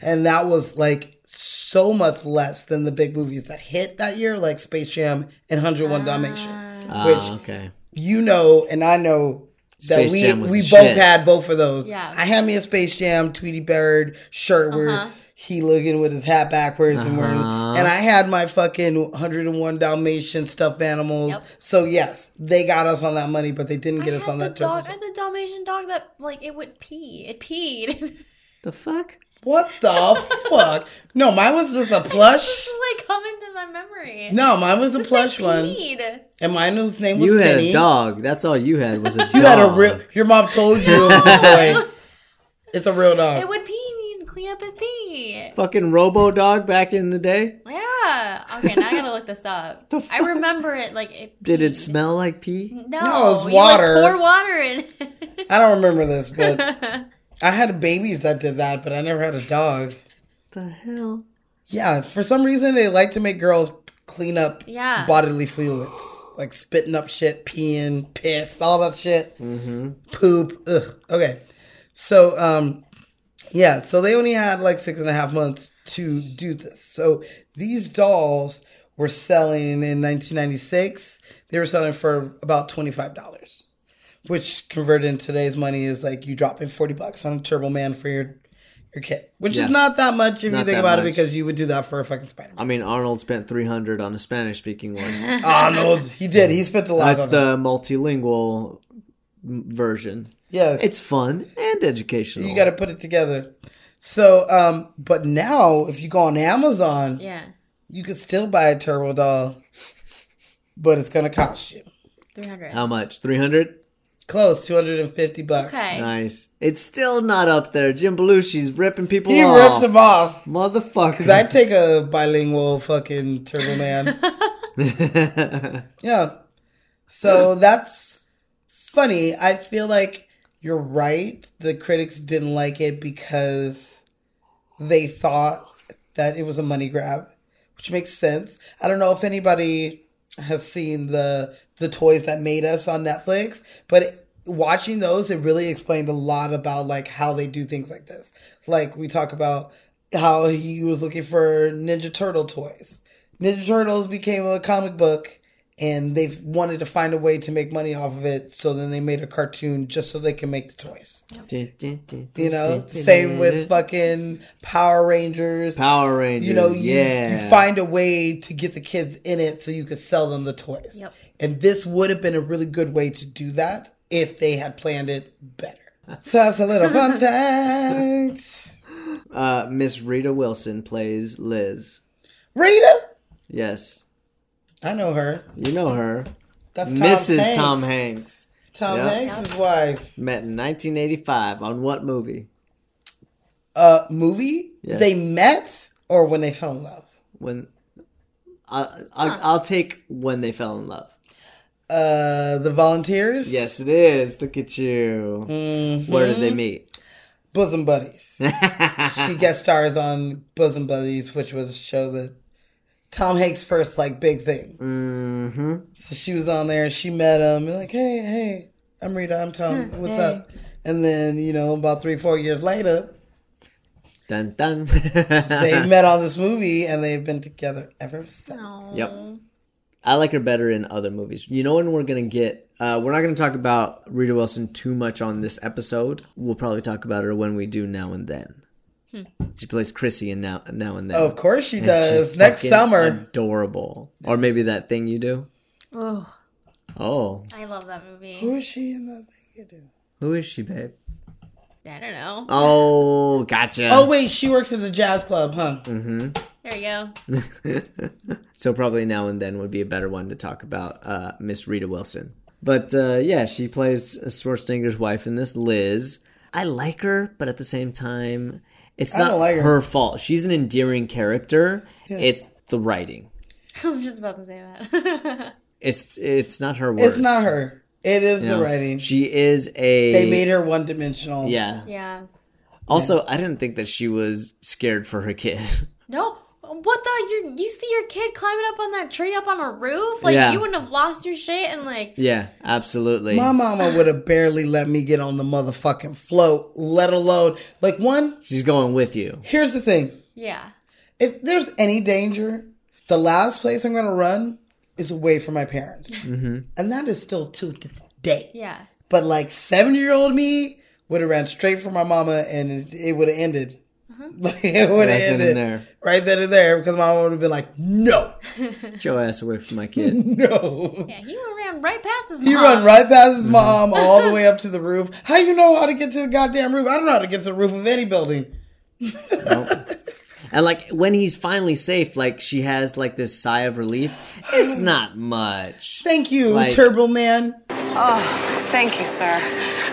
And that was like so much less than the big movies that hit that year, like Space Jam and 101 Dalmatian.
Ah,
Which-
okay.
You know, and I know that
Space
we
Jam was
we
the
both
shit.
had both of those.
Yeah.
I had me a Space Jam Tweety Bird shirt
Uh-huh.
where he looking with his hat backwards and wearing,
Uh-huh.
and I had my fucking 101 Dalmatian stuffed animals. So yes, they got us on that money, but they didn't get us on that.
dog
Dog-
I had the Dalmatian dog that like it would pee. It peed.
the fuck?
What the fuck? No, mine was just a plush.
This is like coming to my memory.
No, mine was a plush one,
Peed.
and mine was name was
You had
Penny.
a dog. That's all you had was a dog.
You had a real. Your mom told you it was a toy. it's a real dog.
It would pee and he'd clean up his pee.
fucking robo dog back in the day.
Yeah. Okay, now I gotta look this up. I remember it like it
Did it smell like pee?
no,
No, it was
you, like,
water.
pour water in.
I don't remember this, but I had babies that did that, but I never had a dog.
The hell?
Yeah, for some reason they like to make girls clean up
Yeah.
bodily fluids, like spitting up shit, peeing, piss, all that shit,
Mm-hmm.
poop. Ugh. Okay, so um, yeah, so they only had like six and a half months to do this. So these dolls were selling in 1996. They were selling for about twenty five dollars, which converted in today's money is like you dropping forty bucks on a Turbo Man for your your kid, which
Yeah.
is not that much if you
Not
think
that
about it,
much.
because you would do that for a fucking Spider.
I mean, Arnold spent 300 on a Spanish speaking one.
Arnold, Ah, he did. He spent a lot.
That's
on it.
the multilingual m- version.
Yes.
It's fun and educational.
You got to put it together. So, um, but now if you go on Amazon,
yeah.
you could still buy a turbo doll, but it's gonna cost you
Three hundred.
How much? 300?
close two hundred and fifty bucks.
Okay.
Nice. It's still not up there. Jim Belushi's ripping people
He
off.
rips them off.
Motherfucker.
Cause I take a bilingual fucking turbo man. yeah. So that's funny. I feel like you're right. The critics didn't like it because they thought that it was a money grab, which makes sense. I don't know if anybody has seen the the toys that made us on Netflix, but watching those it really explained a lot about like how they do things like this. Like we talk about how he was looking for Ninja Turtle toys. Ninja Turtles became a comic book and they wanted to find a way to make money off of it, so then they made a cartoon just so they can make the toys. You know, same with fucking Power Rangers.
Power Rangers.
You know, you,
yeah.
you find a way to get the kids in it so you could sell them the toys.
Yep.
And this would have been a really good way to do that if they had planned it better. So that's a little fun fact.
Uh, Miss Rita Wilson plays Liz.
Rita,
Yes.
I know her.
You know her.
That's Tom
Mrs.
Hanks.
Tom Hanks.
Tom
Yep.
Hanks' wife.
Met in 1985 on what movie?
Uh, movie
Yeah.
they met or when they fell in love.
When I, I I'll take when they fell in love.
Uh, the Volunteers. Mm,
Yes, it is. Look at you. Where did they
Hmm?
meet?
Bosom Buddies. she guest stars on Bosom Buddies, which was a show that Tom Hanks' first like big thing.
Mm-hmm.
So she was on there. She met him. And like, hey, hey, I'm Rita. I'm Tom.
Hmm,
What's
hey."
up? And then you know, about three, four years later,
Dun dun. Uh-huh.
they met on this movie, and they've been together ever since.
Yep. I like her better in other movies. You know when we're gonna get uh, we're not gonna talk about Rita Wilson too much on this episode. We'll probably talk about her when we do now and then. She plays Chrissy in now now and then.
Of course she
And
does.
she's
Oh, Next
fucking
summer.
Adorable. Or maybe that thing you do.
Oh,
Oh.
I love that movie.
Who is she in that?
Who is she, babe?
I don't know.
Oh, gotcha.
Oh wait, she works at the jazz club, huh?
Mm-hmm.
There you go.
so probably now and then would be a better one to talk about uh, Miss Rita Wilson. But uh, yeah, she plays Schwarzenegger's wife in this, Liz. I like her, but at the same time, it's
I don't
not
like her.
her. fault. She's an endearing character.
Yeah.
It's the writing.
I was just about to say that.
It's it's not her words.
It's not her. It is
you
the
know?
writing.
She is a.
They made her one dimensional.
Yeah.
yeah.
Also, I didn't think that she was scared for her kid.
No. What the? You you see your kid climbing up on that tree up on a roof? Like
Yeah.
you wouldn't have lost your shit and like
yeah, absolutely.
My mama would have barely let me get on the motherfucking float, let alone like one.
She's going with you.
Here's the thing:
yeah.
if there's any danger, the last place I'm gonna run is away from my parents,
Mm-hmm.
and that is still to this day.
Yeah.
But like seven year old me would have ran straight for my mama and it, it would have ended. Like it
Mm-hmm.
would
Right
have
then and
ended
there.
right then and there because my mom would have been like, "No,
Get your ass away from my kid.
no."
Yeah, he ran right past his mom.
He run right past
Mm-hmm.
his mom all the way up to the roof. How you know how to get to the goddamn roof? I don't know how to get to the roof of any building.
And like when he's finally safe, like she has like this sigh of relief. It's not much.
Thank you,
Like-
Turbo Man.
Oh, thank you, sir.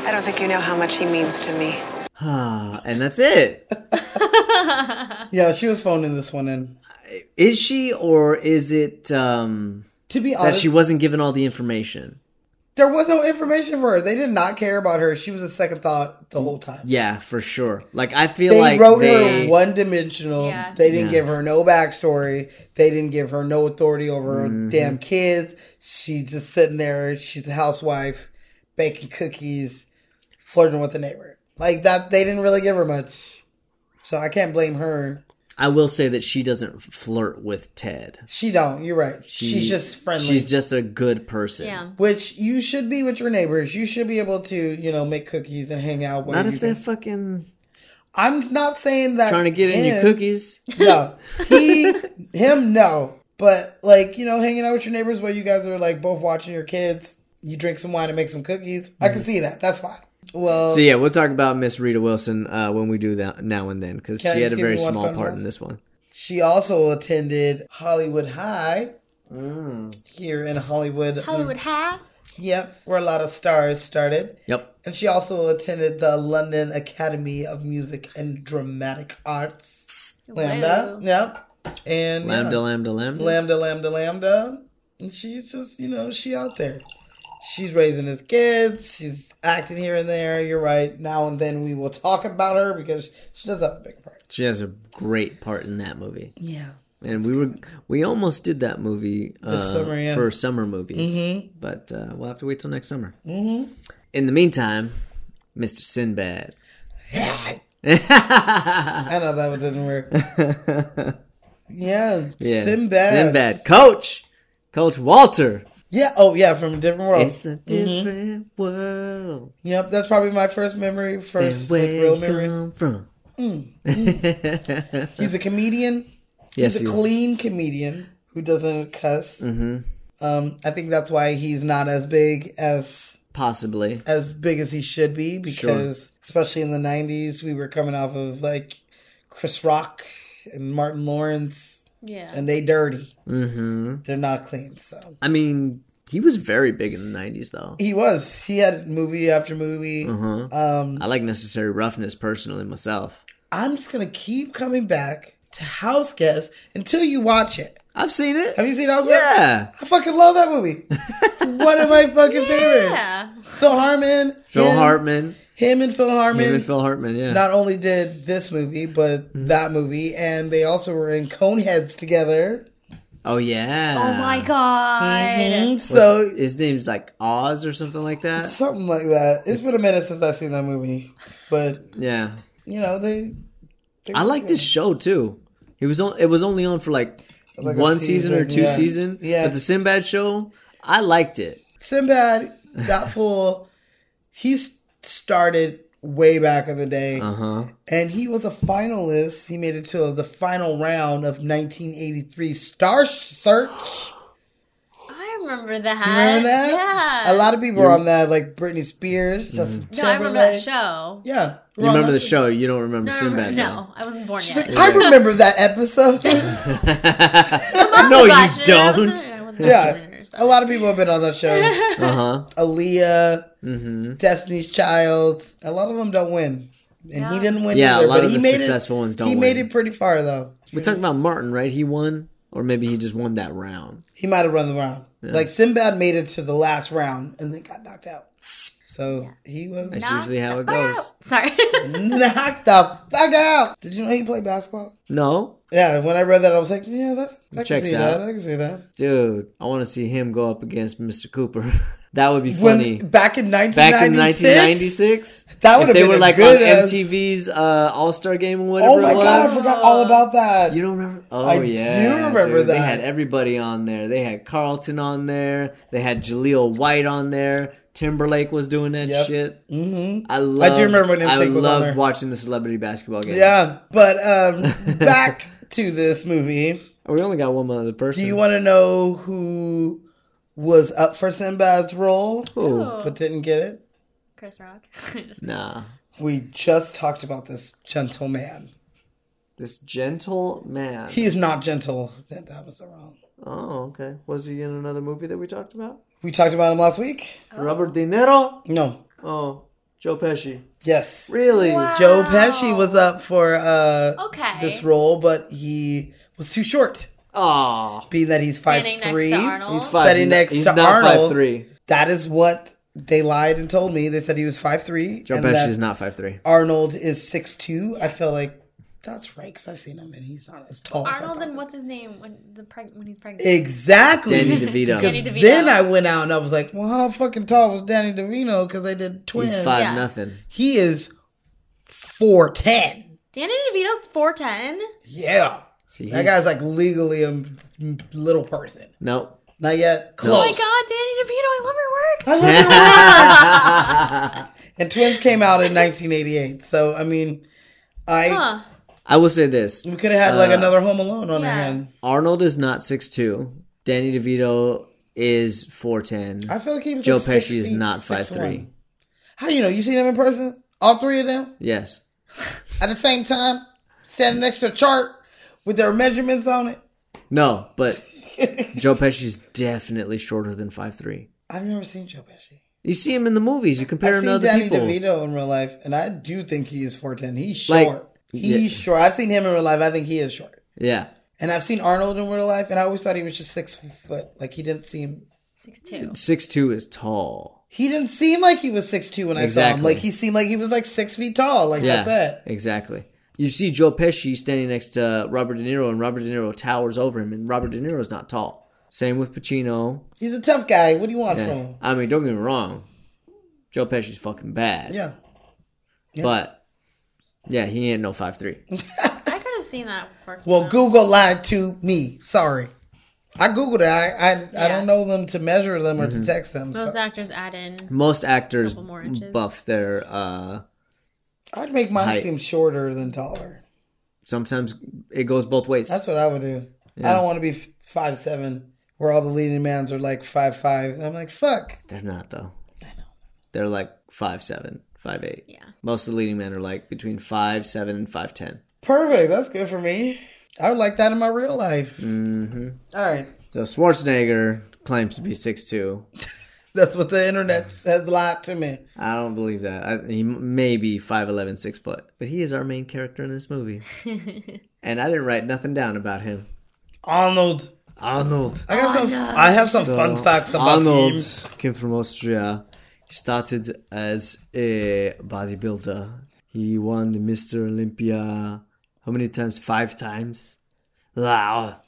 I don't think you know how much he means to me.
and that's it.
yeah, she was phoning this one in.
Is she or is it um
To be
that
honest-
she wasn't given all the information?
There was no information for her. They did not care about her. She was a second thought the whole time.
Yeah, for sure. Like I feel
They
like
wrote
they,
her one dimensional.
Yeah.
They didn't
Yeah.
give her no backstory. They didn't give her no authority over her
Mhm.
damn kids. She just sitting there. She's a housewife, baking cookies, flirting with the neighbor. Like that. They didn't really give her much. So I can't blame her.
I will say that she doesn't flirt with Ted.
She don't. You're right.
She-
she's just friendly.
She's just a good person.
Which you should be with your neighbors. You should be able to, you know, make cookies and hang out. while
Not
you
if they're
can-
fucking
I'm not saying that
trying to get in your
him-
cookies.
No, he, him, no. But like you know, hanging out with your neighbors while you guys are like both watching your kids. You drink some wine and make some cookies. I can see that. That's fine. Well,
So yeah, we'll talk about Miss Rita Wilson uh, when we do that now and then because she
Can
had
I just
a
give
very
you one
small
fun
part
one?
in this one.
she also attended Hollywood High here in Hollywood. Mm.
Hollywood High.
Yep, where a lot of stars started.
Yep.
And she also attended the London Academy of Music and Dramatic Arts. Lambda.
Whoa.
Yep. And yeah.
Lambda, lambda, lambda.
Lambda, lambda, lambda. And she's just, you know, she out there. She's raising his kids. She's acting here and there. You're right. Now and then we will talk about her because she does have a big part.
She has a great part in that movie.
Yeah.
And we were we almost did that movie uh,
This summer, yeah.
for summer movies,
Mhm.
but uh, we'll have to wait till next summer.
Mm-hmm.
In the meantime, Mister Sinbad.
I know that one didn't work. Yeah.
Yeah.
Sinbad.
Sinbad. Coach. Coach Walter.
Yeah. Oh, Mm-hmm. yeah. From a different world.
It's a different world.
Yep. That's probably my first memory. First
And
like,
where
real
you
memory.
come from.
Mm, mm. He's a comedian.
Yes,
He's
he
a
is.
clean comedian who doesn't cuss.
hmm
Um, I think that's why he's not as big as
Possibly.
as big as he should be because especially in the 90s we were coming off of like Chris Rock and Martin Lawrence.
Yeah.
And they dirty.
hmm
They're not clean, so.
I mean, he was very big in the '90s, though.
He was. He had movie after movie.
Uh-huh.
Um
I like Necessary Roughness personally myself.
I'm just gonna keep coming back to House Guest until you watch it.
I've seen it.
Have you seen House Guest?
Yeah.
I fucking love that movie. It's one of my fucking favorites. Phil Hartman.
Phil
him-
Hartman.
Him and Phil Hartman.
Him and Phil Hartman, yeah.
Not only did this movie, but
Mm-hmm.
that movie, and they also were in Coneheads together.
oh yeah.
Oh my god.
Mhm.
What's-
So
his name's like Oz or something like that.
something like that. It's been a minute since I've seen that movie, but
Yeah.
you know they. they
I
were
like
good.
this show too. It was on, it was only on for like,
Like a
one season, or
season,
two
yeah.
season.
Yeah.
But the Sinbad show, I liked it.
Sinbad, that fool, he s- started way back in the day.
Uh huh.
And he was a finalist. He made it to the final round of 1983 Star Search.
I remember that.
You remember that?
Yeah.
A lot of people were on that, like Britney Spears, Justin
No, I
Timberlake.
remember that show.
Yeah.
Mm-hmm. You remember the show? You don't remember
No, I
Sinbad?
remember, no, I wasn't born yet.
I remember that episode.
though. no, you don't.
yeah. A lot of people have been on that show.
Uh huh.
Aaliyah,
Mm-hmm.
Destiny's Child. A lot of them don't win. And he didn't win
Yeah, a
either.
lot
but
of
he
the
made
successful
it,
ones don't
He made
win.
it pretty far, though.
We're talking about Martin, right? He won, or maybe he just won that round.
He might have run the round.
Yeah.
Like Sinbad made it to the last round and then got knocked out. So he was
That's usually how it goes.
Oh, Sorry.
knocked the fuck out. Did you know he played basketball?
No,
Yeah, when I read that, I was like, yeah, that's I can
Checks
see
out.
that. I can see that.
dude, I want to see him go up against Mr. Cooper. that would be
When-
funny.
back in
Back in
1996,
1996,
That would
if
have
they
been
were
a
like
good
on
ass-
MTV's uh, All Star Game or whatever.
Oh my
it was.
god, I forgot all about that. You
don't remember? Oh
I
yeah,
do remember
dude.
that.
They had everybody on there. They had Carlton on there. They had Jaleel White on there. Timberlake was doing that
Yep.
shit.
Mm-hmm.
I love.
remember when
I
NSYNC was on
loved
there.
watching the celebrity basketball game.
Yeah, but um, back to this movie.
Oh, We only got one other person.
Do you want to know who was up for Sinbad's role,
Who?
but didn't get it?
Chris Rock.
Nah.
We just talked about this gentleman.
This gentle man.
He's not gentle. That, that was wrong.
Oh, okay. Was he in another movie that we talked about?
We talked about him last week.
Robert De Niro.
No.
Oh, Joe Pesci.
Yes.
Really?
Joe Pesci was up for uh,
Okay.
this role, but he was too short.
Aw.
Being that he's five
Standing next to
three,
Arnold? He's
five-
Standing next
he's
to
not
Arnold.
5'3".
That is what they lied and told me. They said he was five three.
Joe
and
Pesci
that
is not 5'3".
Arnold is six two. I feel like that's right because I've seen him and he's not as tall. as I
Arnold and what's his name when the preg- when he's pregnant?
Exactly.
Danny DeVito.
Danny
Because
DeVito.
Then I went out and I was like, well, how fucking tall was Danny DeVito? Because they did twins.
He's five nothing.
He is 4'10.
Danny DeVito's four ten. Oh
Yeah.
See,
that
he's-
guy's like legally a m- little person.
Nope.
Not yet.
Oh my
Close.
god, Danny DeVito! I love
I love your
her work.
work. and twins came out in 1988. So, I mean, I
Huh.
I will say this. We
could have had like another Home Alone on
yeah.
her hand.
Arnold is not 6'2". Danny DeVito is 4'10".
I feel like he was
Joe
like six
Pesci is
feet,
not
six
5'3".
one. How you know? You seen them in person? All three of them?
Yes.
at the same time, standing next to a chart with their measurements on it.
No, but Joe Pesci is definitely shorter than 5'3".
I've never seen Joe Pesci.
You see him in the movies. You compare him
I've
to
seen
other
Danny
people.
DeVito in real life, and I do think he is 4'10. He's
Like,
short. He's short. I've seen him in real life. I think he is short.
Yeah.
And I've seen Arnold in real life, and I always thought he was just six foot. Like he didn't seem
Six two.
6'2 is tall.
he didn't seem like he was six two when I saw him.
Exactly.
Like he seemed like he was like six feet tall. Like
yeah,
that's it.
exactly. You see Joe Pesci standing next to uh, Robert De Niro, and Robert De Niro towers over him, and Robert De Niro's not tall. Same with Pacino.
He's a tough guy. What do you want
Yeah.
from him?
I mean, don't get me wrong. Joe Pesci's fucking bad.
Yeah. Yeah.
But, yeah, he ain't no five three.
I could have seen that work.
Well, Google lied to me. Sorry. I googled it. I I, I don't know them to measure them or to
Mhm.
text them.
Most
so-
actors add in.
Most actors
Couple more inches.
buff their, uh,
I'd make mine
Height.
seem shorter than taller.
sometimes it goes both ways.
That's what I would do. I
Yeah.
don't want to be f- five seven, where all the leading mans are like five five. I'm like fuck.
They're not, though. I know. They're like five seven, five eight.
Yeah.
Most of the leading men are like between five seven and 5'10.
Perfect. That's good for me. I would like that in my real life.
Mm-hmm.
All right.
So Schwarzenegger claims to be 6'2".
That's what the internet has lied to me.
I don't believe that. I, he m- may be 5'11", 6 foot. But he is our main character in this movie. and I didn't write nothing down about him.
Arnold.
Arnold.
I got some. I have some fun facts about
Arnold
him.
came from Austria. He started as a bodybuilder. He won the Mr. Olympia how many times? Five times? Wow.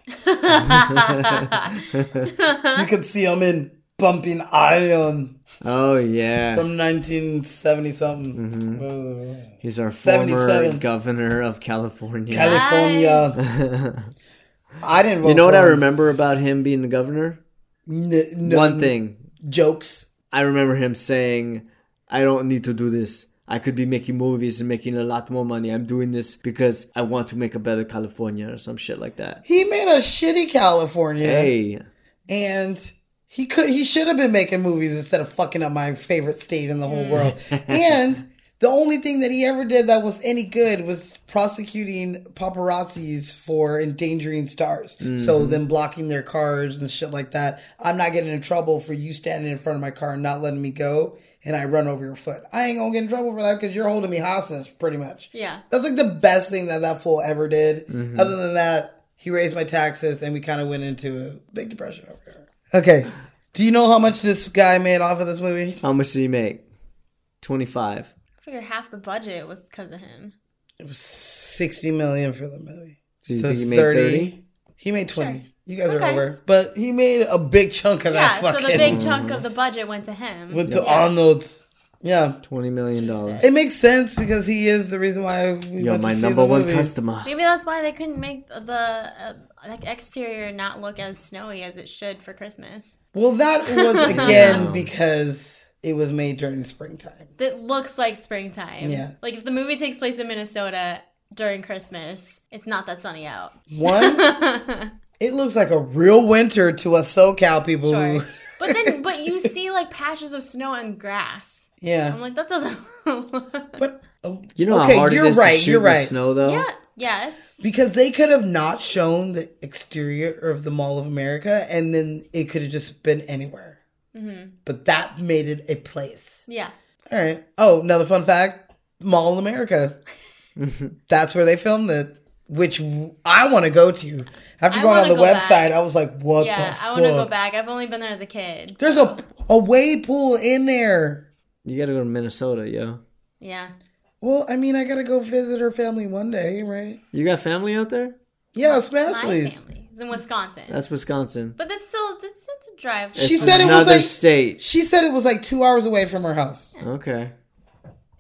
You could see him in Bumping Iron
Oh, yeah.
from 1970 something.
Mm-hmm. He's our former
77.
governor of California.
California. I didn't vote.
you know what
for
I
him.
remember about him being the governor?
N- no-
One thing.
Jokes.
I remember him saying, I don't need to do this. I could be making movies and making a lot more money. I'm doing this because I want to make a better California or some shit like that.
He made a shitty California.
Hey.
and he could he should have been making movies instead of fucking up my favorite state in the whole world. and the only thing that he ever did that was any good was prosecuting paparazzis for endangering stars. So
Mhm.
them blocking their cars and shit like that. I'm not getting in trouble for you standing in front of my car and not letting me go and I run over your foot. I ain't gonna get in trouble for that because you're holding me hostage pretty much.
Yeah.
That's like the best thing that that fool ever did.
Mhm.
Other than that, he raised my taxes and we kind of went into a big depression over here. Okay. Do you know how much this guy made off of this movie?
How much did he make? 25.
I figure half the budget was because of him.
It was 60 million for the movie.
Do you
So
think he
it's
made 30?
He made 20. You guys are
Okay.
over. But he made a big chunk of
Yeah,
that
so
fucking.
the big chunk of the budget went to him.
went to
Yeah.
Arnold's. Yeah.
$20 million.
It makes sense because he is the reason why we
You're
went
my
to see
number
the
one
movie.
customer.
Maybe that's why they couldn't make the uh, like exterior not look as snowy as it should for Christmas.
Well, that was again because it was made during springtime.
that looks like springtime.
Yeah.
Like if the movie takes place in Minnesota during Christmas, it's not that sunny out.
One, it looks like a real winter to us SoCal people. who-
But then, but you see like patches of snow and grass.
Yeah.
I'm like, that doesn't.
You know
Okay,
how hard
you're
it is
right,
to shoot
you're
in the
right.
snow, though.
yeah. Yes.
Because they could have not shown the exterior of the Mall of America and then it could have just been anywhere.
hmm
But that made it a place.
Yeah.
All right. Oh, another fun fact Mall of America. That's where they filmed it, which I want to go to. After
I
going on
wanna
the
go
website,
back.
I was like, what
yeah.
the
I
fuck?
want to go back. I've only been there as a kid.
There's a, a wave pool in there.
You got to go to Minnesota, yo.
Yeah.
Well, I mean, I got to go visit her family one day, right?
You got family out there?
Yeah,
My
Smashley's.
family is in Wisconsin.
That's Wisconsin.
But that's still that's, that's a drive.
She
It's
said it was
another
like
state.
She said it was like two hours away from her house.
Okay.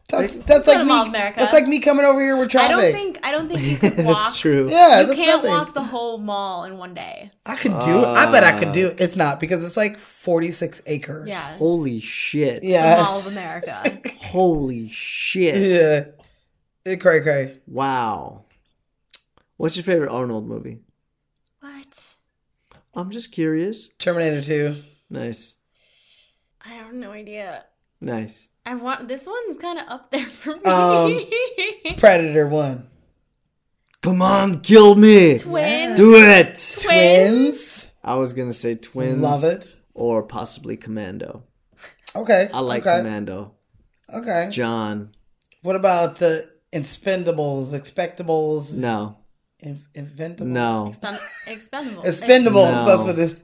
That's, that's
Go to
like
Mall of
me.
America.
That's like me coming over here with
I
traffic.
don't think I don't think you could walk.
That's true.
Yeah,
you
that's
can't
nothing.
walk the whole mall in one day.
I could do. it. I bet I could do. it. It's not because it's like forty six acres.
Yeah.
Holy shit.
Yeah.
The Mall of America.
Holy shit.
Yeah. It cray cray.
Wow. What's your favorite Arnold movie?
what?
I'm just curious.
Terminator two.
Nice.
I have no idea.
Nice.
I want this one's kind of up there for me.
Um, Predator one.
Come on, kill me.
Twins.
Do it.
Twins.
I was going to say twins.
Love it.
Or possibly Commando.
Okay.
I like
okay.
Commando.
Okay.
John.
What about the Expendables, Expectables,
No.
in- Inventables?
No.
Expend- Expendables.
Expendables.
No.
That's what it is.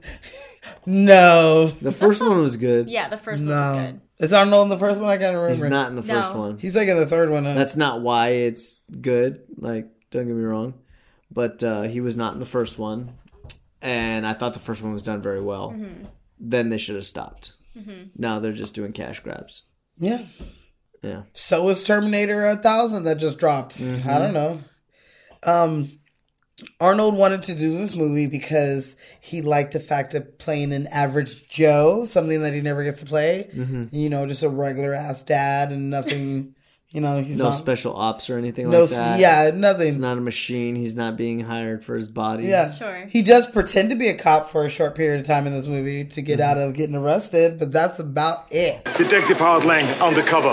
no.
The first one was good.
Yeah, the first
no.
one was good.
Is Arnold in the first one? I can't remember.
He's not in the first
No.
one.
He's like in the third one. huh?
That's not why it's good. Like, don't get me wrong, but uh, he was not in the first one, and I thought the first one was done very well.
Mm-hmm.
Then they should have stopped.
Mhm.
Now they're just doing cash grabs.
yeah.
Yeah. Mm-hmm.
So is Terminator a thousand that just dropped. I don't know. Um, Arnold wanted to do this movie because he liked the fact of playing an average Joe, something that he never gets to play.
Mhm.
You know, just a regular ass dad and nothing. You know, he's
no
not.
special ops or anything
No
like
s-
that.
yeah, nothing.
He's not a machine. He's not being hired for his body.
yeah,
Sure.
He does pretend to be a cop for a short period of time in this movie to get
Mm-hmm.
out of getting arrested, but that's about it.
Detective Howard Lang, undercover.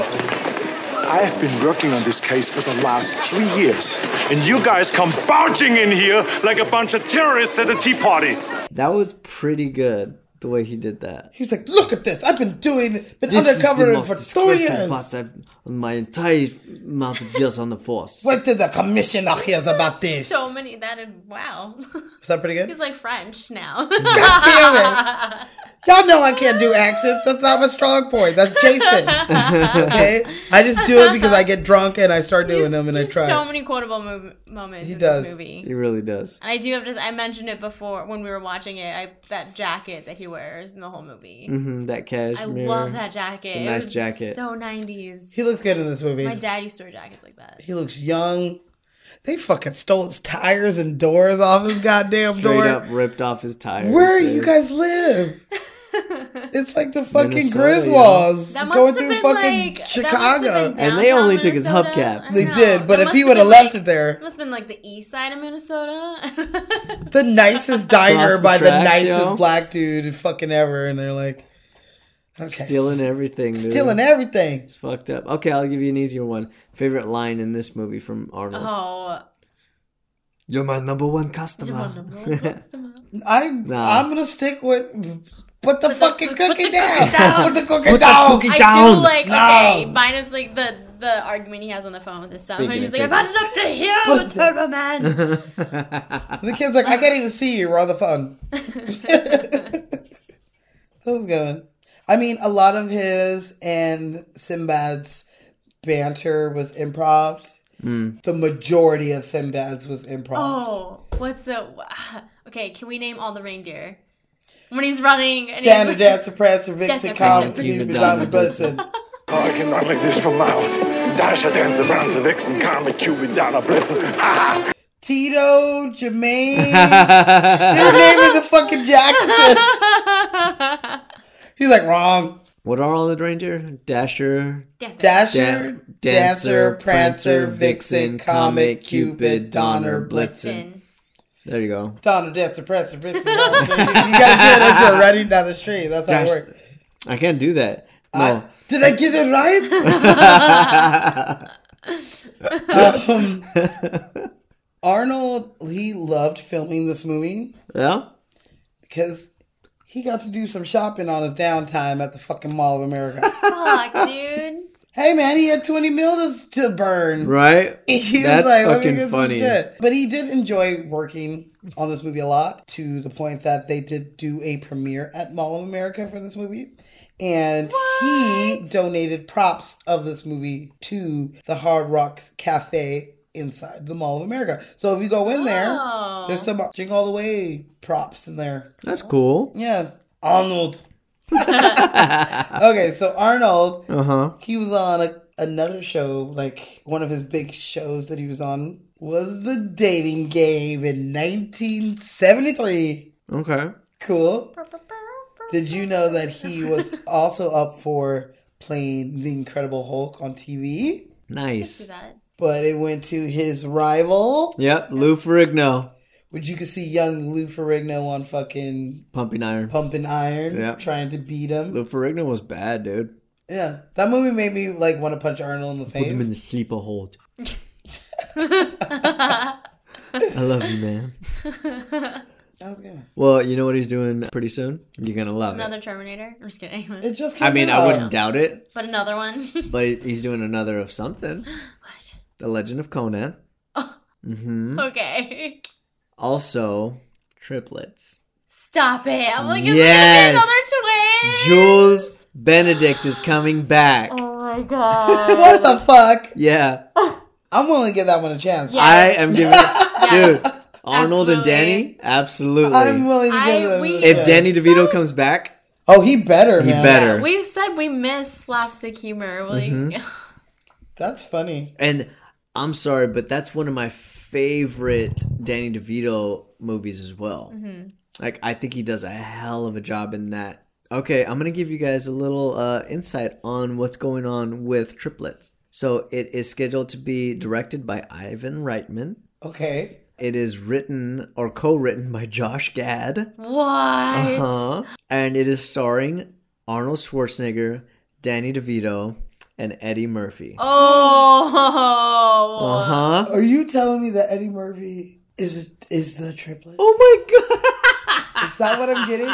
I have been working on this case for the last three years, and you guys come barging in here like a bunch of terrorists at a tea party.
That was pretty good the way he did that.
He's like, "Look at this! I've been doing, been
This is the
undercover
most
for two
disgraceful
years."
boss I've on my entire amount of years on the force.
What did the commissioner hears about this?
So many that and wow.
Is that pretty good?
He's like French now.
God damn it! Y'all know I can't do accents. That's not my strong point. That's Jason. okay, I just do it because I get drunk and I start doing them and I
There's
try.
so many quotable mov- moments
He
in
does.
this movie.
He really does.
And I do have just I mentioned it before when we were watching it. I, that jacket that he wears in the whole
Mm,
movie.
hmm that
I
cashmere.
love that jacket.
It's a
It
nice
was
jacket.
So nineties.
he looks good in this movie.
My dad used to wear jackets like that.
He looks young. They fucking stole his tires and doors off his goddamn
Straight
door.
up ripped off his tires.
Where
dude.
you guys live? it's like the fucking
Minnesota, yeah.
Griswolds
That must
going
have
through
been,
fucking
like- that must have
Chicago.
been
And they
Downtown
only took his
Minnesota?
hubcaps.
They
No,
did, but
that
if he
must
would have
been,
left
like-
it there,
It must have been like the east side of Minnesota.
the nicest diner
Across the
by the
tracks,
nicest
yo.
black dude fucking ever, and they're like, okay,
Stealing everything. Dude.
stealing everything.
It's fucked up. Okay, I'll give you an easier one. Favorite line in this movie from Arnold?
oh,
Uh-huh. You're my number one customer.
I
Nah.
I'm gonna stick with put the fucking cookie down.
down.
Put the cookie
Put the
down.
cookie
I
down.
do like
No.
okay. Minus like the the argument he has on the phone with his son.
Speaking
He's
of
like, I've had it up to here
What
with
is it?
Turbo Man.
The kid's like, I can't even see you. We're on the phone. that was good. I mean, a lot of his and Sinbad's banter was improv.
Mm.
The majority of Sinbad's was improv.
Oh, what's the? Okay, can we name all the reindeer? When he's running and
Danny
he's like,
Dancer, Prancer, Vixen,
Dancer,
Comet,
Prancer,
Cupid,
Cupid,
Diamond,
Diamond,
Blitzen.
Oh, I can run like this for miles. Dasher, Dancer, Prancer, Vixen, Comet, Cupid, Donna, Blitzen. Ah!
Tito, Jermaine. they were naming the fucking Jacksons. He's like, wrong.
What are all the reindeer? Dasher,
Dasher,
Dan-
Dancer, Prancer, Vixen, Comet, Cupid, Donner, Blitzen.
There you go.
Donner, Dancer, Prancer, Vixen. Donner, Blitzen. you gotta do it as you're running down the street. That's how it
Dash-
works.
I can't do that. No.
Did I get it right? um, Arnold, he loved filming this movie
yeah.
because he got to do some shopping on his downtime at the fucking Mall of America.
Fuck, dude.
hey, man, he had 20 mil to, to burn.
Right.
He was
That's
like, let me
fucking
get some
funny.
shit. But he did enjoy working on this movie a lot to the point that they did do a premiere at Mall of America for this movie. And he donated props of this movie to the Hard Rock Cafe inside the Mall of America. So if you go in there, there's some Jingle All the Way props in there.
That's cool.
Yeah. Arnold. okay, so Arnold,
Uh huh.
he was on a, another show, like one of his big shows that he was on was The Dating Game in 1973.
Okay.
Cool. Did you know that he was also up for playing the Incredible Hulk on TV?
Nice.
But it went to his rival.
Yep. Lou Ferrigno,
Which you could see young Lou Ferrigno on fucking
pumping iron.
pumping iron,
Yep.
trying to beat him.
Lou Ferrigno was bad, dude.
Yeah, that movie made me like want to punch Arnold in the
Put him in
face.
the sleeper hold. I love you, man.
That was good.
Well, you know what he's doing pretty soon. You're gonna love
Another Terminator. I'm just kidding.
It just
it. I mean, I wouldn't doubt it,
But another one.
but he- he's doing another of something.
What? Oh.
The Legend of Conan. Mm-hmm.
okay.
Also, triplets.
Stop it. I'm like, is
Yes.
it another twin?
Jules Benedict is coming back.
Oh my god.
what the fuck?
Yeah,
I'm willing to give that one a chance.
I am giving. Dude, Arnold and Danny, absolutely.
I'm willing to give it. a
if
chance.
Danny DeVito comes back,
oh, he better,
he
man.
better.
We've said we miss slapstick humor. Like,
Mhm.
Mm-hmm. That's funny.
And I'm sorry, but that's one of my favorite Danny DeVito movies as well.
Mhm.
Like, I think he does a hell of a job in that. Okay, I'm gonna give you guys a little uh, insight on what's going on with triplets. So it is scheduled to be directed by Ivan Reitman.
Okay.
It is written or co-written by Josh Gad.
what?
Uh-huh. And it is starring Arnold Schwarzenegger, Danny DeVito, and Eddie Murphy.
Oh.
Uh huh.
Are you telling me that Eddie Murphy is is the triplet?
Oh my
god! Is that what I'm getting?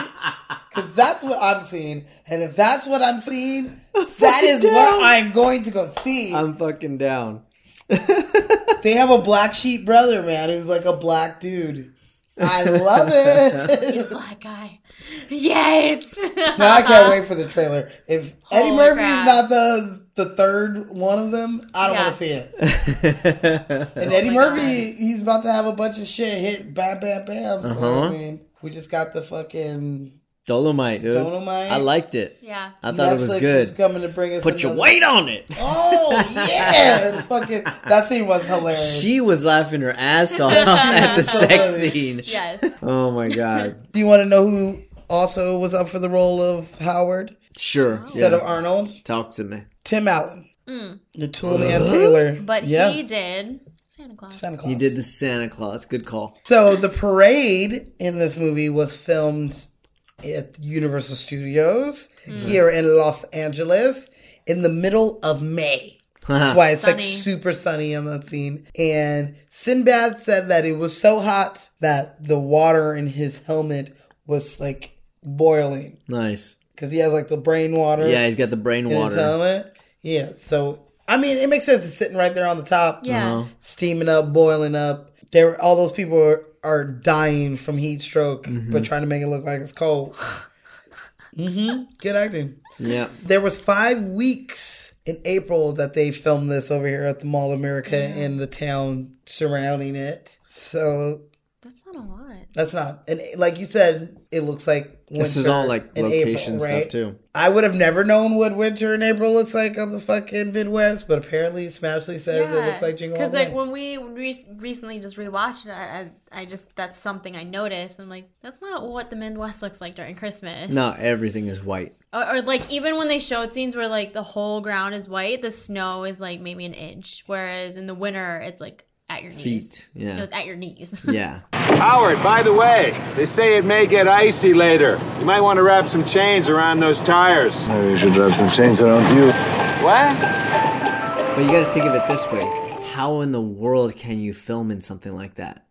Because that's what I'm seeing, and if that's what I'm seeing, that is
down.
what I'm going to go see.
I'm fucking down.
they have a black sheep brother, man, who's like a black dude. I love
You
it.
black guy. Yes.
now I can't wait for the trailer. If Eddie
Holy
Murphy
crap.
is not the the third one of them, I don't
Yeah.
want to see it.
and
And Eddie Murphy, he's about to have a bunch of shit hit. Bam, bam, bam. So,
Uh-huh.
I mean, we just got the fucking
Dolomite, dude.
Dolomite.
I liked it.
Yeah.
I thought
Netflix
it was
is
good.
coming to bring us.
Put your
another-
weight on it.
Oh yeah, fucking that scene was hilarious.
She was laughing her ass off at the sex scene.
Yes.
Oh my god.
Do you want to know who also was up for the role of Howard
Sure.
instead
yeah.
of Arnold?
Talk to me.
Tim Allen,
Mm.
Natula and Taylor.
But
yeah,
he did Santa Claus.
Santa Claus.
He did the Santa Claus. Good call.
So the parade in this movie was filmed at Universal Studios here in Los Angeles in the middle of May. That's why it's like
Sunny.
super sunny on that scene. And Sinbad said that it was so hot that the water in his helmet was like boiling
Nice.
because he has like the brain water
Yeah, he's got the brain
in his
water.
helmet. Yeah. So I mean, it makes sense. It's sitting right there on the top
Yeah.
Uh-huh.
steaming up, boiling up. There, all those people are, are dying from heat stroke,
Mm-hmm.
but trying to make it look like it's cold. hmm Good acting.
Yeah.
There was five weeks in April that they filmed this over here at the Mall of America and the town surrounding it. So
That's not a lot.
That's not. And like you said, it looks like winter
This is all like
in
location
April,
stuff
right?
too.
I would have never known what winter in April looks like on the fucking Midwest, but apparently Smashly says it looks like Jingle All
Because
the
like
Way.
when we re- recently just rewatched it, I, I I just that's something I noticed. I'm like, that's not what the Midwest looks like during Christmas.
No, everything is white.
Or, or like even when they showed scenes where like the whole ground is white, the snow is like maybe an inch, whereas in the winter it's like at your knees.
Feet, yeah.
No, it's at your knees.
Yeah.
Howard, by the way, they say it may get icy later. You might want to wrap some chains around those tires.
Maybe you should wrap some chains around you.
What?
But you got to think of it this way: How in the world can you film in something like that?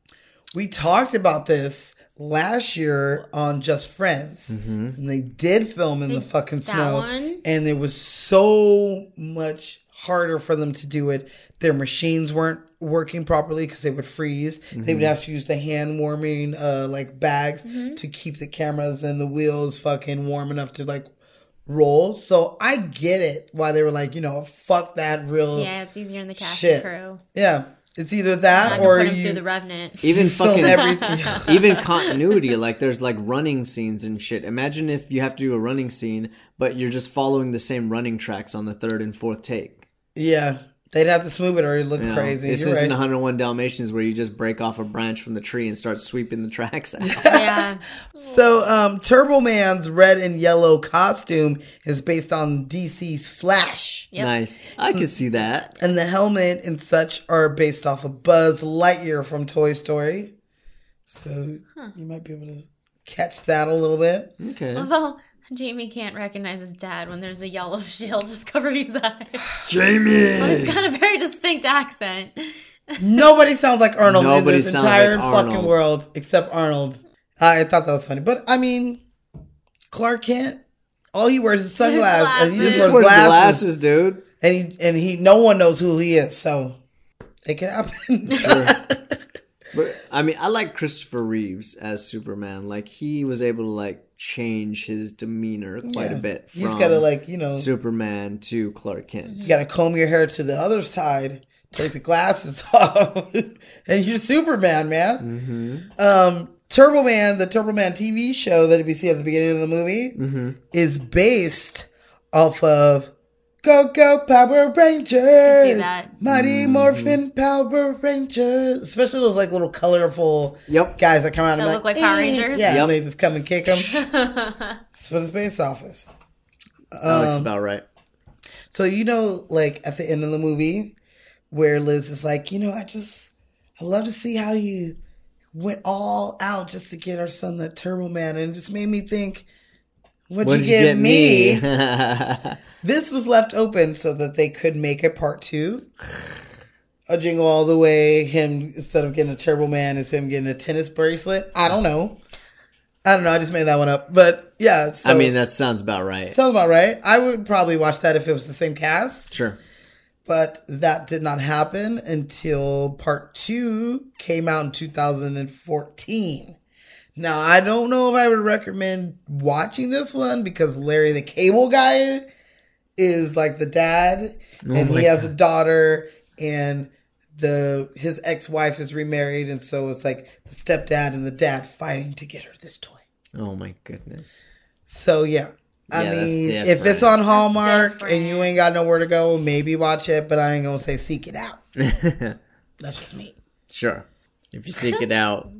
We talked about this last year on Just Friends, and they did film in the fucking
that
snow,
one?
and it was so much harder for them to do it. Their machines weren't working properly because they would freeze. They would
Mhm.
have to use the hand warming uh, like bags
Mm-hmm.
to keep the cameras and the wheels fucking warm enough to like roll. So I get it why they were like, you know, fuck that real
yeah, it's easier in the cast
shit.
and crew.
Yeah, it's either
I
that
can
or
put 'em
you
through the Revenant.
Even
You film
fucking
everything.
even continuity. Like there's like running scenes and shit. Imagine if you have to do a running scene, but you're just following the same running tracks on the third and fourth take.
Yeah, they'd have to smooth it or it'd look
You know,
crazy.
This
You're
isn't
right.
101 Dalmatians where you just break off a branch from the tree and start sweeping the tracks out.
yeah.
So, um, Turbo Man's red and yellow costume is based on DC's Flash.
Yep. Nice. I can see that.
And the helmet and such are based off of Buzz Lightyear from Toy Story. So, you might be able to catch that a little bit.
Okay.
Although Jamie can't recognize his dad when there's a yellow shield just covering his eyes.
Jamie!
Well, he's got a very distinct accent.
Nobody sounds like Arnold
Nobody
in this
sounds like
entire
Arnold.
fucking world except Arnold. I thought that was funny. But, I mean, Clark Kent, all he wears is sunglasses. And he
He
just
just
wears
wears glasses,
glasses.
dude.
and he and he no one knows who he is so it can happen
But I mean, I like Christopher Reeves as Superman. Like he was able to like change his demeanor quite
Yeah.
a bit.
You just
from
gotta, like, you know-
Superman to Clark Kent.
you gotta comb your hair to the other side take the glasses off and you're superman man
Mm-hmm.
um turbo man the turbo man tv show that we see at the beginning of the movie
Mhm.
is based off of go go power
I can see
rangers
that.
mighty morphin power rangers especially those like little colorful
yep.
guys that come out and
That
be
look like Power
"Eh."
Rangers?
yeah
Yep.
and they just come and kick them It's for the space office.
That looks
Um,
about right.
So you know, like at the end of the movie, where Liz is like, you know, I just, I love to see how you went all out just to get our son that Turbo Man, and it just made me think, what'd,
What'd
you, get,
me?
me? this was left open so that they could make a part two. A jingle all the way. Him instead of getting a Turbo Man, is him getting a tennis bracelet. I don't know. I don't know. I just made that one up, but yeah. So.
I mean, that sounds about right.
Sounds about right. I would probably watch that if it was the same cast,
Sure.
but that did not happen until part two came out in 2014. Now, I don't know if I would recommend watching this one because Larry the Cable Guy is like the dad
Oh
and
my
he has a daughter and the his ex-wife is remarried and so it's like the stepdad and the dad fighting to get her this toy.
Oh my goodness.
So yeah.
Yeah,
I
that's
mean, if
different.
it's on Hallmark and you ain't got nowhere to go, maybe watch it, but I ain't gonna say seek it out. That's just me.
sure. If you seek it out,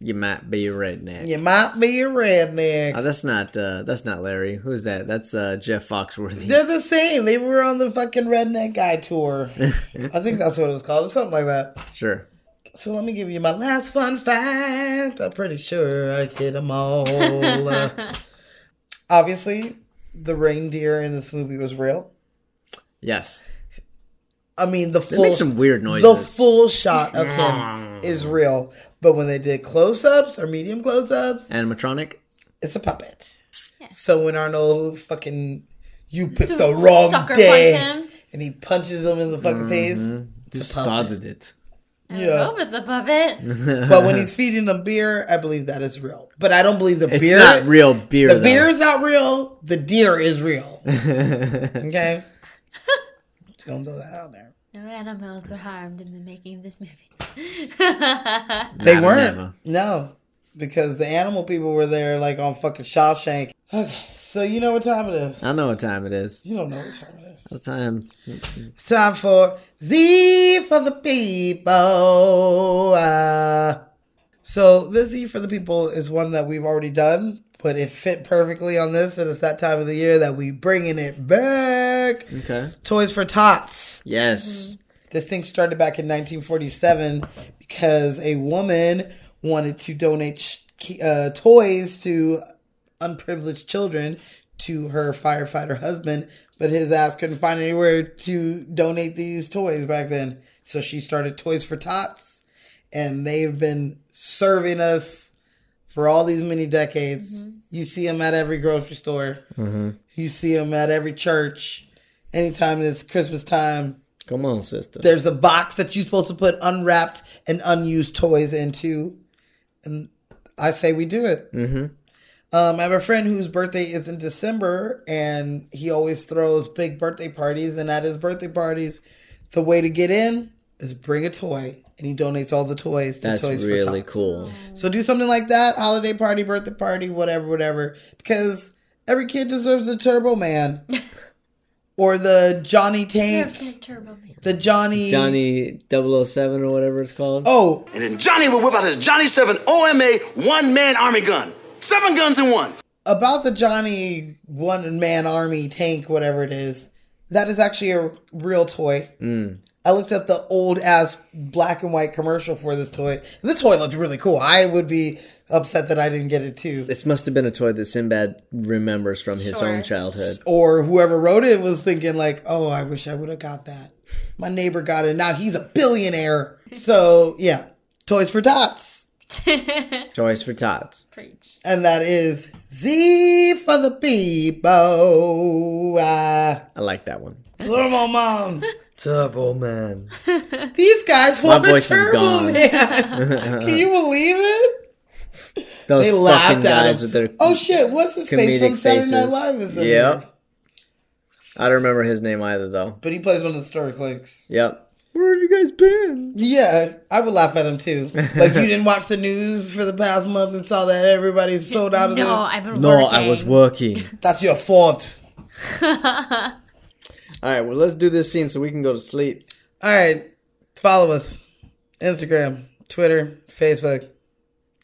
you might be a redneck.
You might be a redneck.
Oh, that's not uh, that's not Larry. Who's that? That's uh, Jeff Foxworthy.
They're the same. They were on the fucking redneck guy tour. I think that's what it was called, or something like that.
Sure.
So let me give you my last fun fact. I'm pretty sure I hit them all. Uh, obviously, the reindeer in this movie was real.
Yes.
I mean, the
They
full
make some weird
The
noises.
full shot of him is real, but when they did close ups or medium close ups,
Animatronic.
it's a puppet. So when Arnold fucking you picked
Dude,
the wrong
sucker
day,
punch him.
and he punches him in the fucking face,
Mhm. Who
it's a puppet.
started it?
I
Yeah, Oh.
hope it's a puppet.
but when he's feeding them beer, I believe that is real. But I don't believe the
It's
beer.
not real beer.
the
though.
beer is not real. The deer is real. Okay, just gonna throw that out there.
No animals were harmed in the making of this movie.
They
Not
weren't.
never.
No. because the animal people were there like on fucking Shawshank. Okay, so you know what time it is.
I know what time it is.
You don't know what time it is.
What time?
It's time for Z for the people. Uh, so this Z for the people is one that we've already done, but it fit perfectly on this, and it's that time of the year that we bringing it back.
Okay.
Toys for Tots.
Yes.
This thing started back in 1947 because a woman wanted to donate sh- uh, toys to unprivileged children to her firefighter husband, but his ass couldn't find anywhere to donate these toys back then. So she started Toys for Tots, and they've been serving us for all these many decades. You see them at every grocery store.
Mm-hmm.
You see them at every church. Anytime it's Christmas time,
Come on, sister.
there's a box that you're supposed to put unwrapped and unused toys into. And I say we do it.
Mm-hmm.
Um, I have a friend whose birthday is in December, and he always throws big birthday parties. And at his birthday parties, the way to get in is bring a toy, and he donates all the toys to
That's
Toys for
really
Tots. Mm-hmm.
cool.
So do something like that: holiday party, birthday party, whatever, whatever. Because every kid deserves a Turbo Man, or the Johnny Tank, the Johnny
Johnny 007 or whatever it's called.
Oh,
And then Johnny would whip out his Johnny 7 OMA one man army gun. Seven guns in one.
about the Johnny one man army tank, whatever it is, that is actually a real toy.
Mm.
I looked up the old ass black and white commercial for this toy. And the toy looked really cool. I would be upset that I didn't get it too.
This must have been a toy that Sinbad remembers from his
Sure.
own childhood.
Or whoever wrote it was thinking like, "Oh, I wish I would have got that. My neighbor got it. Now he's a billionaire." So, yeah. Toys for Tots.
Toys for Tots.
And that is Z for the people. Ah.
I like that one.
Turbo Man.
Turbo Man.
These guys
My
want the
voice is
Turbo
gone.
Man. Can you believe it?
Those
They
fucking
laughed at
guys
him.
with their
Oh shit! What's his face
comedic
from Saturday
faces.
Night Live? Is in
Yep.
there.
I don't remember his name either though.
But he plays one of the story clicks.
Yep.
Where have you guys been? Yeah, I would laugh at him too. Like you didn't watch the news for the past month and saw that everybody's sold out of this.
been
No, I was working.
That's your fault.
All right, well let's do this scene so we can go to sleep.
All right, follow us: Instagram, Twitter, Facebook.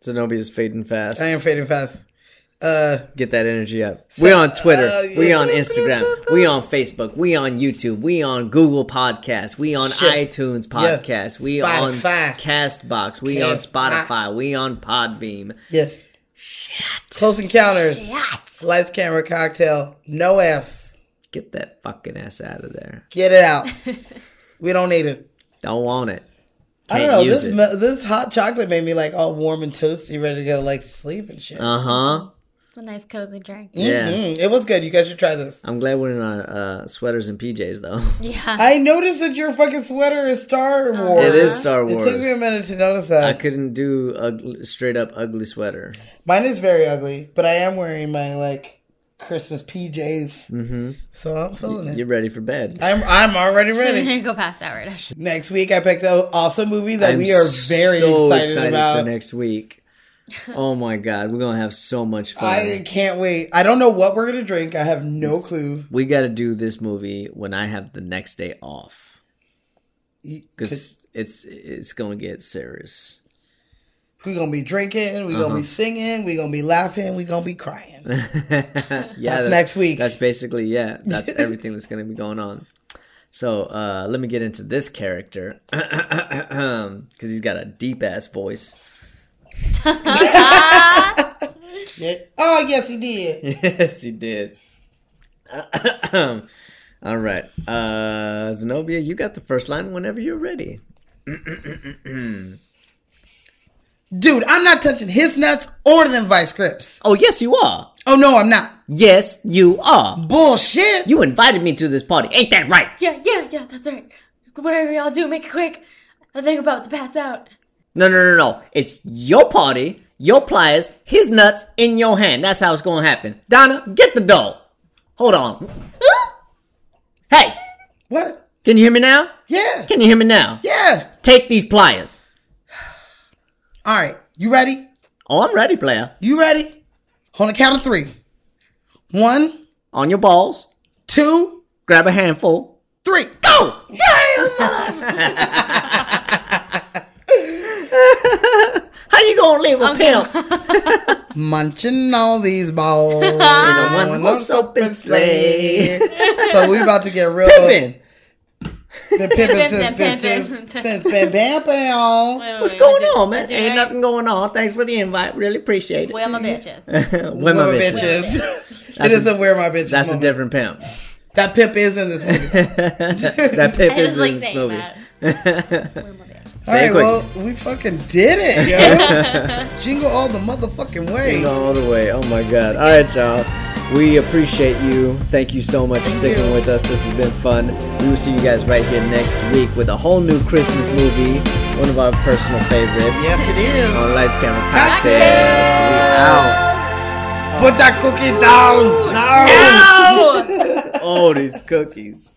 Zenobia's fading fast.
I am fading fast. Uh,
Get that energy up. we on Twitter.
uh,
We
yeah.
on Instagram. We on Facebook. We on YouTube. We on Google Podcasts. We on
Shit.
iTunes
Yeah.
Podcasts. We on
Spotify.
Castbox. We on
Castbox.
Spotify. We on Podbeam.
Yes. Close Encounters. Lights, camera, cocktail. No F's.
Get that fucking ass out of there.
Get it out. we don't need it.
Don't want it.
I don't
Can't
know.
use
This
it.
me- this hot chocolate made me like all warm and toasty, ready to go like sleep and shit.
Uh huh.
A nice cozy drink.
Yeah.
Mhm. It was good. You guys should try this.
I'm glad we're in our uh, sweaters and PJs though.
Yeah.
I noticed that your fucking sweater is Star Wars.
It is Star
It
Wars.
took me a minute to notice that.
I couldn't do ugly, straight up ugly sweater.
Mine is very ugly, but I am wearing my like Christmas PJs,
Mm-hmm.
so I'm feeling it.
You're ready for bed.
I'm I'm already ready.
Shouldn't go past that right now.
Next week, I picked an awesome movie that
I'm
we are very
so
excited, about.
for next week. Oh my god, we're gonna have so much fun.
I can't wait. I don't know what we're gonna drink. I have no clue.
we got to do this movie when I have the next day off because it's it's gonna get serious.
We're gonna be drinking. We're
Uh-huh.
gonna be singing. We're gonna be laughing. We're gonna be crying.
yeah, that-
next week.
That's basically yeah. That's everything that's going to be going on. So uh, let me get into this character because he's got a deep ass voice.
Yeah. Oh yes, he did.
Yes, he did. All right, uh, Zenobia, you got the first line whenever you're ready.
Dude, I'm not touching his nuts or them vice grips.
Oh yes, you are.
Oh no, I'm not.
Yes, you are.
Bullshit.
You invited me to this party. Ain't that right?
Yeah, yeah, yeah, that's right. Whatever y'all do, make it quick. I think I'm about to pass out.
No, no, no, no. It's your party, your pliers, his nuts in your hand. That's how it's gonna happen. Donna, get the dough. Hold on. Hey,
What?
can you hear me now?
Yeah.
Can you hear me now?
Yeah.
Take these pliers.
All right. You ready?
Oh, I'm ready, player.
You ready? On the count of three. One.
On your balls.
Two.
Grab a handful.
Three. Go!
How you gonna live with pimp?
Munching all these balls. in
a
a
one horse open sleigh.
so we about to get real.
Pimpin'.
Been pimping since, been, since, since been pimping on.
What's going on, man? Ain't nothing going on. Thanks for the invite. Really appreciate it.
Where my bitches?
Where my
Where my
bitches?
bitches?
That's
it is
a-
a where my bitches.
That's a
moment.
different pimp.
That pimp is in this movie.
that pimp
I
is
just like
in this
saying
movie.
that.
Say
All right,
it quick.
well, we fucking did it, yo. Jingle all the motherfucking way.
It's all the way. Oh my god. All right, y'all. We appreciate you. Thank you so much for sticking with us. This has been fun. We will see you guys right here next week with a whole new Christmas movie, one of our personal favorites. Yes,
it is.
On Lights Camera Cocktail. We
Put that cookie down.
out. No. oh, these cookies.